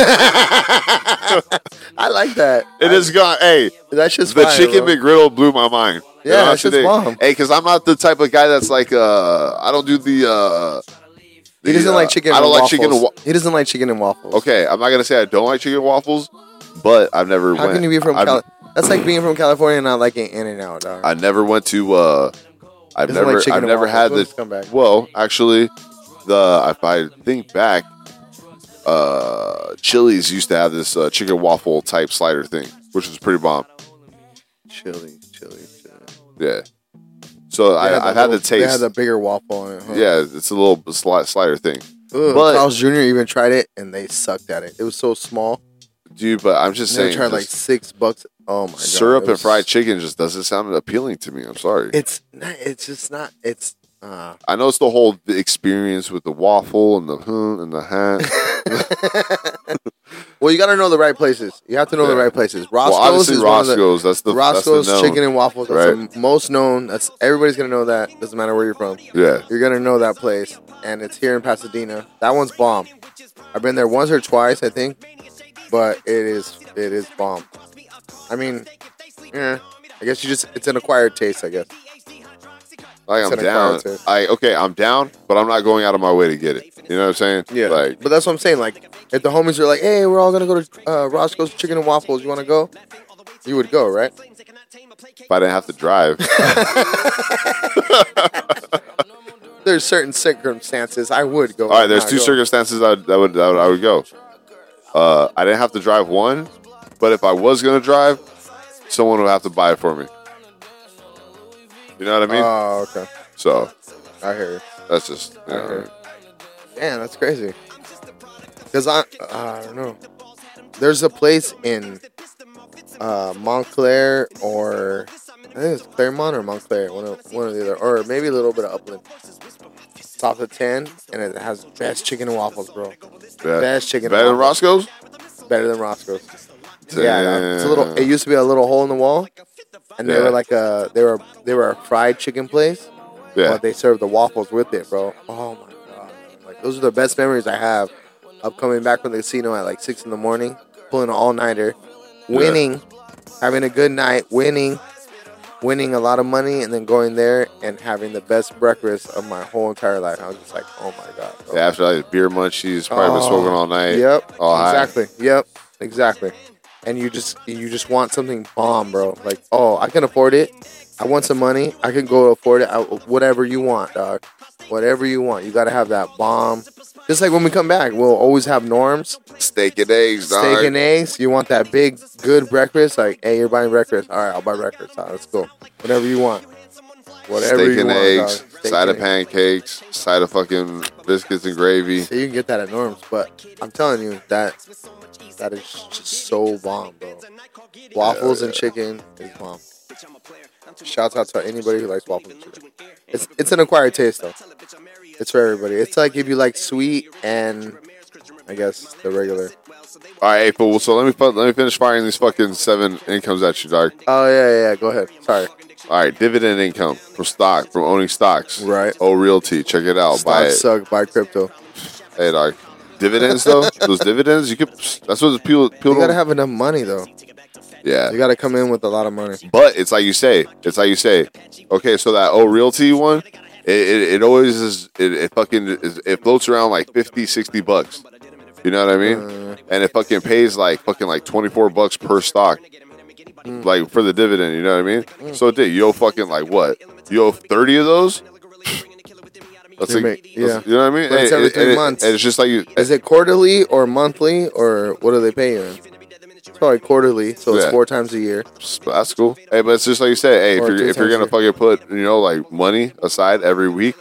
F: I like that.
E: is gone. Hey,
F: That shit's
E: the
F: fire,
E: chicken
F: bro.
E: McGriddle blew my mind.
F: Yeah, that shit's
E: today.
F: bomb.
E: Hey, because I'm not the type of guy that's like uh I don't do the. uh
F: He
E: the,
F: doesn't
E: uh,
F: like chicken.
E: I don't
F: and
E: like
F: waffles.
E: chicken. And wa-
F: He doesn't like chicken and waffles.
E: okay, I'm not gonna say I don't like chicken waffles, but I've never
F: How
E: went.
F: can you be from
E: I've-
F: Cali? That's like being from California and not liking In and Out, dog.
E: I never went to. Uh, I've
F: Isn't like
E: never.
F: chicken
E: I've
F: and
E: never
F: waffles?
E: had
F: Let's
E: the.
F: come back.
E: Well, actually, the if I think back, uh, Chili's used to have this uh, chicken waffle type slider thing, which was pretty bomb.
F: Chili, chili, chili.
E: Yeah. So
F: They
E: I, I've had
F: little-
E: the
F: They had
E: taste.
F: the bigger waffle in it. Huh?
E: yeah, it's a little sli- slider thing,
F: Ugh,
E: but-
F: Carl's Jr. even tried it and they sucked at it. It was so small.
E: dude. But I'm just
F: And they
E: saying,
F: tried like
E: just
F: six bucks. Oh my god.
E: syrup
F: it
E: and
F: was-
E: fried chicken just doesn't sound appealing to me. I'm sorry.
F: It's not, it's just not it's uh
E: I know it's the whole experience with the waffle and the hmm and the hat.
F: well you gotta know the right places. You have to know the
E: Yeah.
F: right places.
E: well,
F: Roscoe's
E: obviously
F: is one of the-
E: Roscoe's. That's the
F: Roscoe's
E: that's the known.
F: chicken and waffles. That's
E: Right.
F: the most known. That's everybody's gonna know that. Doesn't matter where you're from.
E: Yeah.
F: You're gonna know that place, and it's here in Pasadena. That one's bomb. I've been there once or twice, I think, but it is it is bomb. I mean, yeah. I guess you just it's an acquired taste, I guess.
E: Like
F: It's
E: I'm
F: an
E: down.
F: acquired taste.
E: I okay, I'm down, but I'm not going out of my way to get it. You know what I'm saying? Like
F: but that's what I'm saying. Like, if the homies are like, "Hey, we're all gonna go to uh, Roscoe's Chicken and Waffles. You want to go?" You would go, right?
E: if I didn't have to drive.
F: There's certain circumstances I would go.
E: All right, there's
F: Nah,
E: two
F: go.
E: circumstances I, that would, that would I would go. Uh, I didn't have to drive one, but if I was gonna drive, someone would have to buy it for me. You know what I mean?
F: Oh, okay.
E: so
F: I hear you.
E: that's just you know,
F: Okay. Damn, that's crazy. Cause I, I don't know. There's a place in uh, Montclair or I think it's Claremont or Montclair, one of one or the other, or maybe a little bit of Upland. Top of ten, and it has best chicken and waffles, bro.
E: yeah.
F: Best chicken.
E: better
F: and
E: than
F: waffles.
E: Roscoe's.
F: Better than Roscoe's. Yeah, no, it's a little. It
E: Damn.
F: used to be a little hole in the wall, and they
E: Yeah.
F: were like a they were they were a fried chicken place,
E: Yeah.
F: but they served the waffles with it, bro. Oh my god! Like those are the best memories I have of coming back from the casino at like six in the morning, pulling an all nighter, winning, having a good night, winning, winning a lot of money, and then going there and having the best breakfast of my whole entire life. I was just like, oh my god. bro.
E: Yeah, after like beer munchies, probably been
F: Oh,
E: smoking all night.
F: Yep.
E: All high.
F: exactly. Yep. Exactly. And you just you just want something bomb, bro. Like, oh, I can afford it. I want some money. I can go afford it. I, whatever you want, dog. Whatever you want. You gotta have that bomb. Just like when we come back, we'll always have norms.
E: Steak and eggs, dog.
F: Steak and eggs. You want that big, good breakfast? Like, hey, you're buying breakfast. All right, I'll buy breakfast. All right, let's go. Whatever you want. Whatever
E: Steak
F: you
E: and
F: want,
E: eggs,
F: dog. Steak
E: side
F: and
E: of
F: eggs.
E: pancakes, side of fucking biscuits and gravy.
F: So you can get that at Norm's, but I'm telling you that that is just so bomb, bro. Waffles and chicken is bomb. Shouts out to anybody who likes waffles and chicken. It's it's an acquired taste though. It's for everybody. It's like if you like sweet and I guess the regular.
E: All right, April. So let me fu- let me finish firing these fucking seven incomes at you, dog.
F: Oh yeah, yeah. yeah, Go ahead. Sorry.
E: All right, dividend income from stock, from owning stocks.
F: Right.
E: Oh, Realty. Check it out. Buy
F: Stocks
E: it.
F: suck. Buy crypto.
E: Hey, dog. Dividends though, those dividends you could. That's what people people
F: You gotta
E: don't-
F: have enough money though.
E: yeah.
F: You gotta come in with a lot of money.
E: But it's like you say. It's like you say. Okay, so that oh realty one, it, it, it always is. It, it fucking is, it floats around like 50, 60 bucks. You know what I mean?
F: Uh.
E: and it fucking pays like fucking like twenty four bucks per stock,
F: Hmm.
E: like for the dividend. You know what I mean? So it did. You owe fucking like what? You owe thirty of those. That's
F: You
E: like,
F: make-
E: that's-
F: yeah.
E: you know what I mean?
F: But it's
E: And-
F: every
E: and-
F: three
E: and it-
F: months.
E: and it's just like you.
F: Is it quarterly or monthly or what do they pay you? in? It's probably quarterly, so it's
E: Yeah.
F: four times a year.
E: But that's cool. Hey, but it's just like you said. Hey, if
F: Or
E: you're
F: two
E: if you're gonna
F: times
E: fucking put you know like money aside every week,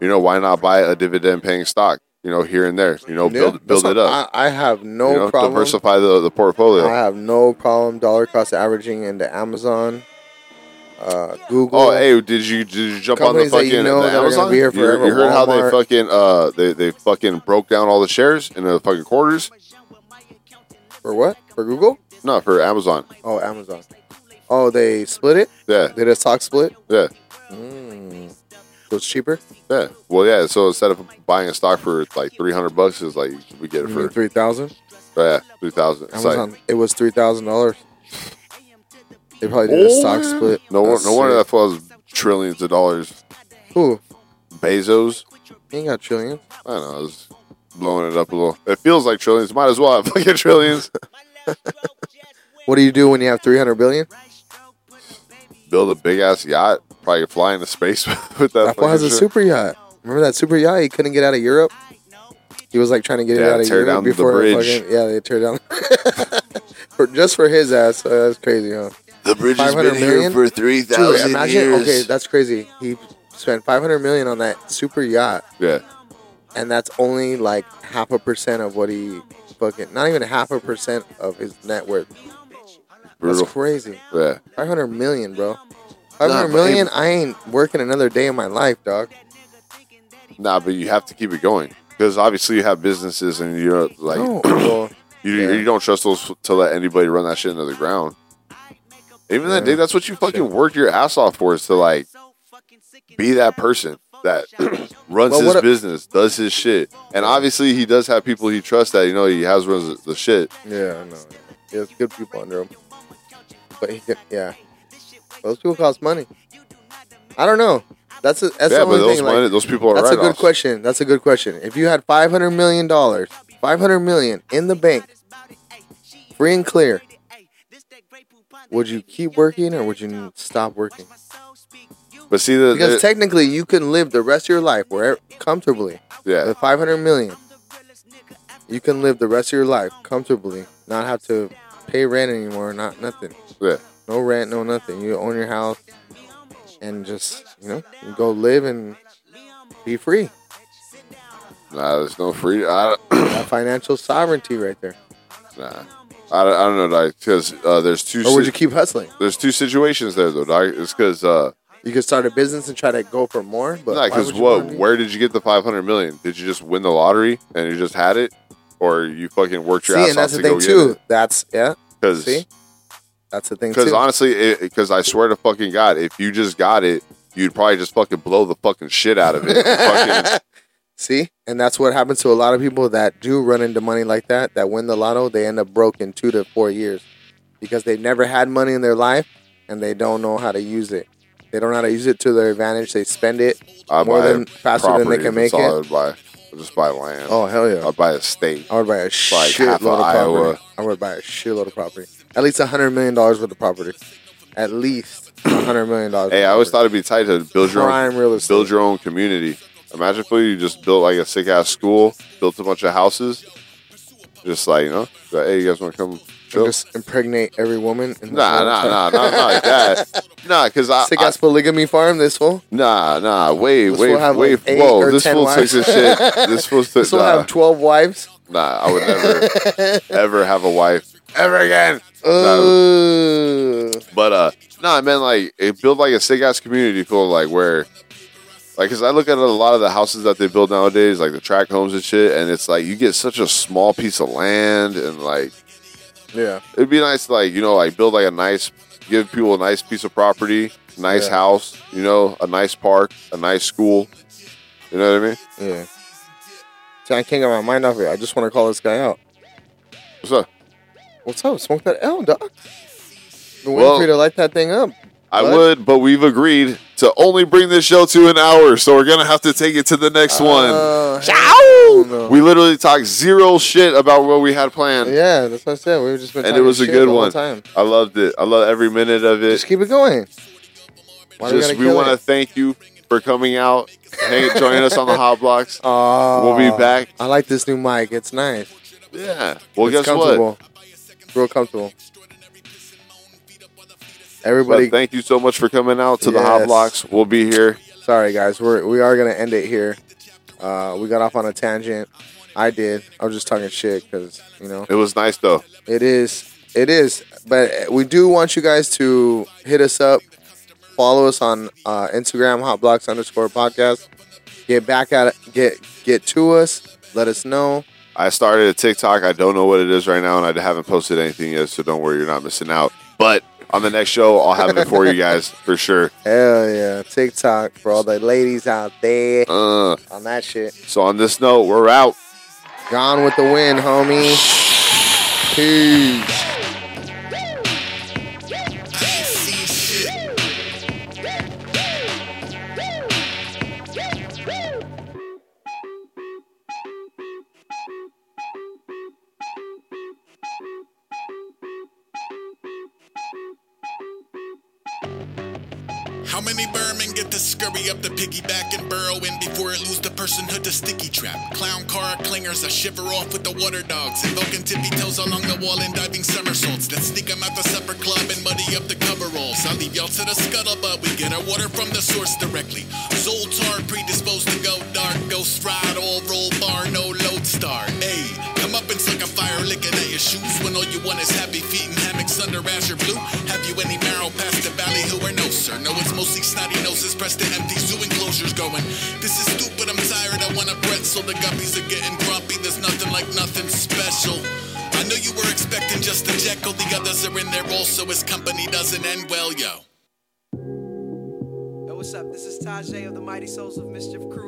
E: you know why not buy a dividend paying stock? You know here and there. You know
F: Yeah,
E: build build
F: that's
E: it
F: what-
E: up.
F: I, I have no
E: you know
F: problem.
E: diversify the
F: I
E: the portfolio.
F: have no problem dollar cost averaging into Amazon, uh, Google.
E: Oh, hey, did you did you jump on the
F: Companies that you
E: fucking
F: know
E: the
F: that are gonna
E: Amazon?
F: be here
E: You- you,
F: forever,
E: heard how they
F: Walmart.
E: fucking uh they, they fucking broke down all the shares into the fucking quarters?
F: for what? For Google?
E: No, for Amazon.
F: Oh, Amazon. Oh, they split it.
E: Yeah,
F: Did a stock split?
E: yeah,
F: So it's cheaper.
E: yeah. Well, yeah. So instead of buying a stock for like three hundred bucks, it's like we get it
F: For
E: for
F: three thousand.
E: yeah three thousand.
F: Amazon. it was three thousand dollars. They probably did a stock split.
E: No one,
F: That's
E: no wonder
F: sick.
E: that was trillions of dollars.
F: Who?
E: Bezos,
F: He ain't got trillion.
E: I don't know, it's blowing it up a little. It feels like trillions. Might as well have fucking trillions.
F: What do you do when you have 300 billion?
E: Build a big ass yacht, probably fly into space
F: That
E: with that.
F: fool
E: fucking
F: has a
E: shit.
F: super yacht. Remember that super yacht? He couldn't get out of Europe. He was like trying to get
E: Yeah,
F: it out of
E: tear
F: Europe
E: down the
F: before
E: bridge.
F: Fucking, yeah, they tear down for just for his ass. Uh, that's crazy, huh?
E: The bridge has
F: 500
E: been here
F: million?
E: for three
F: Dude,
E: thousand
F: imagine.
E: years.
F: Okay, that's crazy. He spent 500 million on that super yacht,
E: yeah,
F: and that's only like half a percent of what he fucking. Not even half a percent of his net worth.
E: brutal.
F: That's crazy.
E: yeah,
F: 500 million, bro. 500
E: but
F: million. I ain't working another day in my life, dog.
E: nah, but you have to keep it going because obviously you have businesses and you're like
F: No, bro.
E: you,
F: Yeah.
E: you don't trust those f- to let anybody run that shit into the ground. Even that
F: Yeah.
E: day, that's what you fucking work your ass off for is to like be that person that runs
F: Well,
E: his
F: what a-
E: business, does his shit, and obviously he does have people he trusts that you know he has runs the shit.
F: Yeah, I know. He has good people under him. But he can, yeah. Those people cost money. I don't know. That's a, that's
E: yeah,
F: the
E: but
F: only
E: those
F: thing.
E: money,
F: like,
E: those people are
F: that's a good
E: write-offs.
F: question. That's a good question. If you had five hundred million dollars, five hundred million in the bank, free and clear, would you keep working or would you stop working?
E: But see the,
F: Because
E: the-
F: technically, you can live the rest of your life where comfortably
E: yeah,
F: with 500 million you can live the rest of your life comfortably not have to pay rent anymore not nothing
E: yeah,
F: no rent no nothing you own your house and just you know you go live and be free
E: nah, there's no free. I,
F: that financial sovereignty right there
E: Nah, I, don't- I don't know, like, because uh, there's two
F: or would
E: si-
F: you keep hustling
E: there's two situations there though, dog. It's because uh,
F: you could start a business and try to go for more but why
E: because
F: would you
E: what?
F: wanna be-
E: Where did you get the 500 million? Did you just win the lottery and you just had it, or you fucking worked your
F: see
E: ass
F: and
E: off
F: that's
E: to
F: the thing
E: go
F: too that's yeah
E: get it?
F: see
E: Because
F: that's the thing
E: because
F: too
E: honestly, because I swear to fucking God, if you just got it, you'd probably just fucking blow the fucking shit out of it. fucking,
F: See, and that's what happens to a lot of people that do run into money like that. That win the lotto, they end up broke in two to four years because they never had money in their life and they don't know how to use it. They don't know how to use it to their advantage. They spend it.
E: I
F: More
E: uh, buy
F: than-
E: a
F: faster than they
E: property,
F: can
E: that's
F: make
E: all
F: it.
E: I would buy. I just buy land.
F: Oh hell yeah!
E: I buy a state.
F: I would buy a
E: half
F: shitload of
E: of Iowa.
F: property. I would buy a shitload of property. At least a hundred million dollars worth of property. At least a hundred million dollars.
E: Hey, I always thought it'd be tight to build your
F: Prime
E: own,
F: real estate.
E: build your own community. Imagine if you just built like a sick ass school, built a bunch of houses, just like you know, like, hey, you guys want to come chill?
F: just impregnate every woman. In the
E: nah,
F: world.
E: nah, nah, nah, not like that. Nah, cause I,
F: Sick
E: I-
F: ass polygamy farm. This fool.
E: nah, nah, wait,
F: This
E: wait,
F: will have,
E: wait,
F: like, eight
E: whoa,
F: or
E: this
F: 10
E: fool took
F: wives.
E: this shit. This fool took
F: This will
E: nah,
F: have twelve wives.
E: nah, I would never, ever have a wife ever again.
F: Ooh.
E: But uh, no, I meant like it built like a sick ass community feel like where, like, cause I look at a lot of the houses that they build nowadays, like the track homes and shit, and it's like you get such a small piece of land, and like
F: Yeah.
E: it'd be nice, to, like you know, like build like a nice, give people a nice piece of property, nice
F: Yeah.
E: house, you know, a nice park, a nice school. You know what I mean?
F: Yeah. See, I can't get my mind off it. I just want to call this guy out.
E: What's up?
F: What's up? Smoke that L, doc. Been waiting
E: Well-
F: for you to light that thing up.
E: I
F: What?
E: would, but we've agreed to only bring this show to an hour, so we're gonna have to take it to the next one.
F: Uh,
E: Ciao.
F: no.
E: We literally talked zero shit about what we had planned.
F: yeah, that's what I said. We've just been
E: and it
F: talking
E: was a
F: shit
E: good
F: the whole
E: one.
F: Time.
E: I loved it. I love every minute of it.
F: Just keep it going. Why do
E: Just,
F: gotta
E: we
F: kill
E: want to
F: it?
E: thank you for coming out, hang, joining us on the hot blocks.
F: Aw,
E: we'll be back.
F: I like this new mic. It's nice.
E: Yeah. Well,
F: it's
E: guess what?
F: comfortable. It's real comfortable. Everybody,
E: But thank you so much for coming out to the hot
F: Yes.
E: blocks. We'll be here.
F: sorry guys we're we are gonna end it here uh we got off on a tangent i did i was just talking shit because you know
E: It was nice though.
F: it is it is but we do want you guys to hit us up follow us on uh instagram hot blocks underscore podcast get back at it get get to us let us know
E: I started a TikTok. I don't know what it is right now, and I haven't posted anything yet. So don't worry, you're not missing out. But on the next show, I'll have it for you guys for sure.
F: hell yeah tiktok for all the ladies out there
E: Uh,
F: on that shit
E: so on this note, we're out.
F: gone with the wind homie peace
A: Woo!
H: How many firemen get to scurry up the piggyback and burrow in before it lose the personhood to sticky trap? Clown car clingers, I shiver off with the water dogs, invoking tippy toes along the wall and diving somersaults. Then sneak 'em out the supper club and muddy up the coveralls. I leave y'all to the scuttlebutt, we get our water from the source directly. Zoltar predisposed to go dark, ghost ride, all roll bar, no lodestar. Hey, come up and suck a fire, licking at your shoes when all you want is happy feet and hammocks under azure blue. Have you any marrow past the valley who are no sir? No, it's mostly snotty noses pressed to empty zoo enclosures going. This is stupid, I'm tired, I want a pretzel. The guppies are getting grumpy, there's nothing like nothing special. I know you were expecting just a Jekyll, the others are in there also, his company doesn't end well, yo.
I: Yo, what's up? This is Tajay of the Mighty Souls of Mischief Crew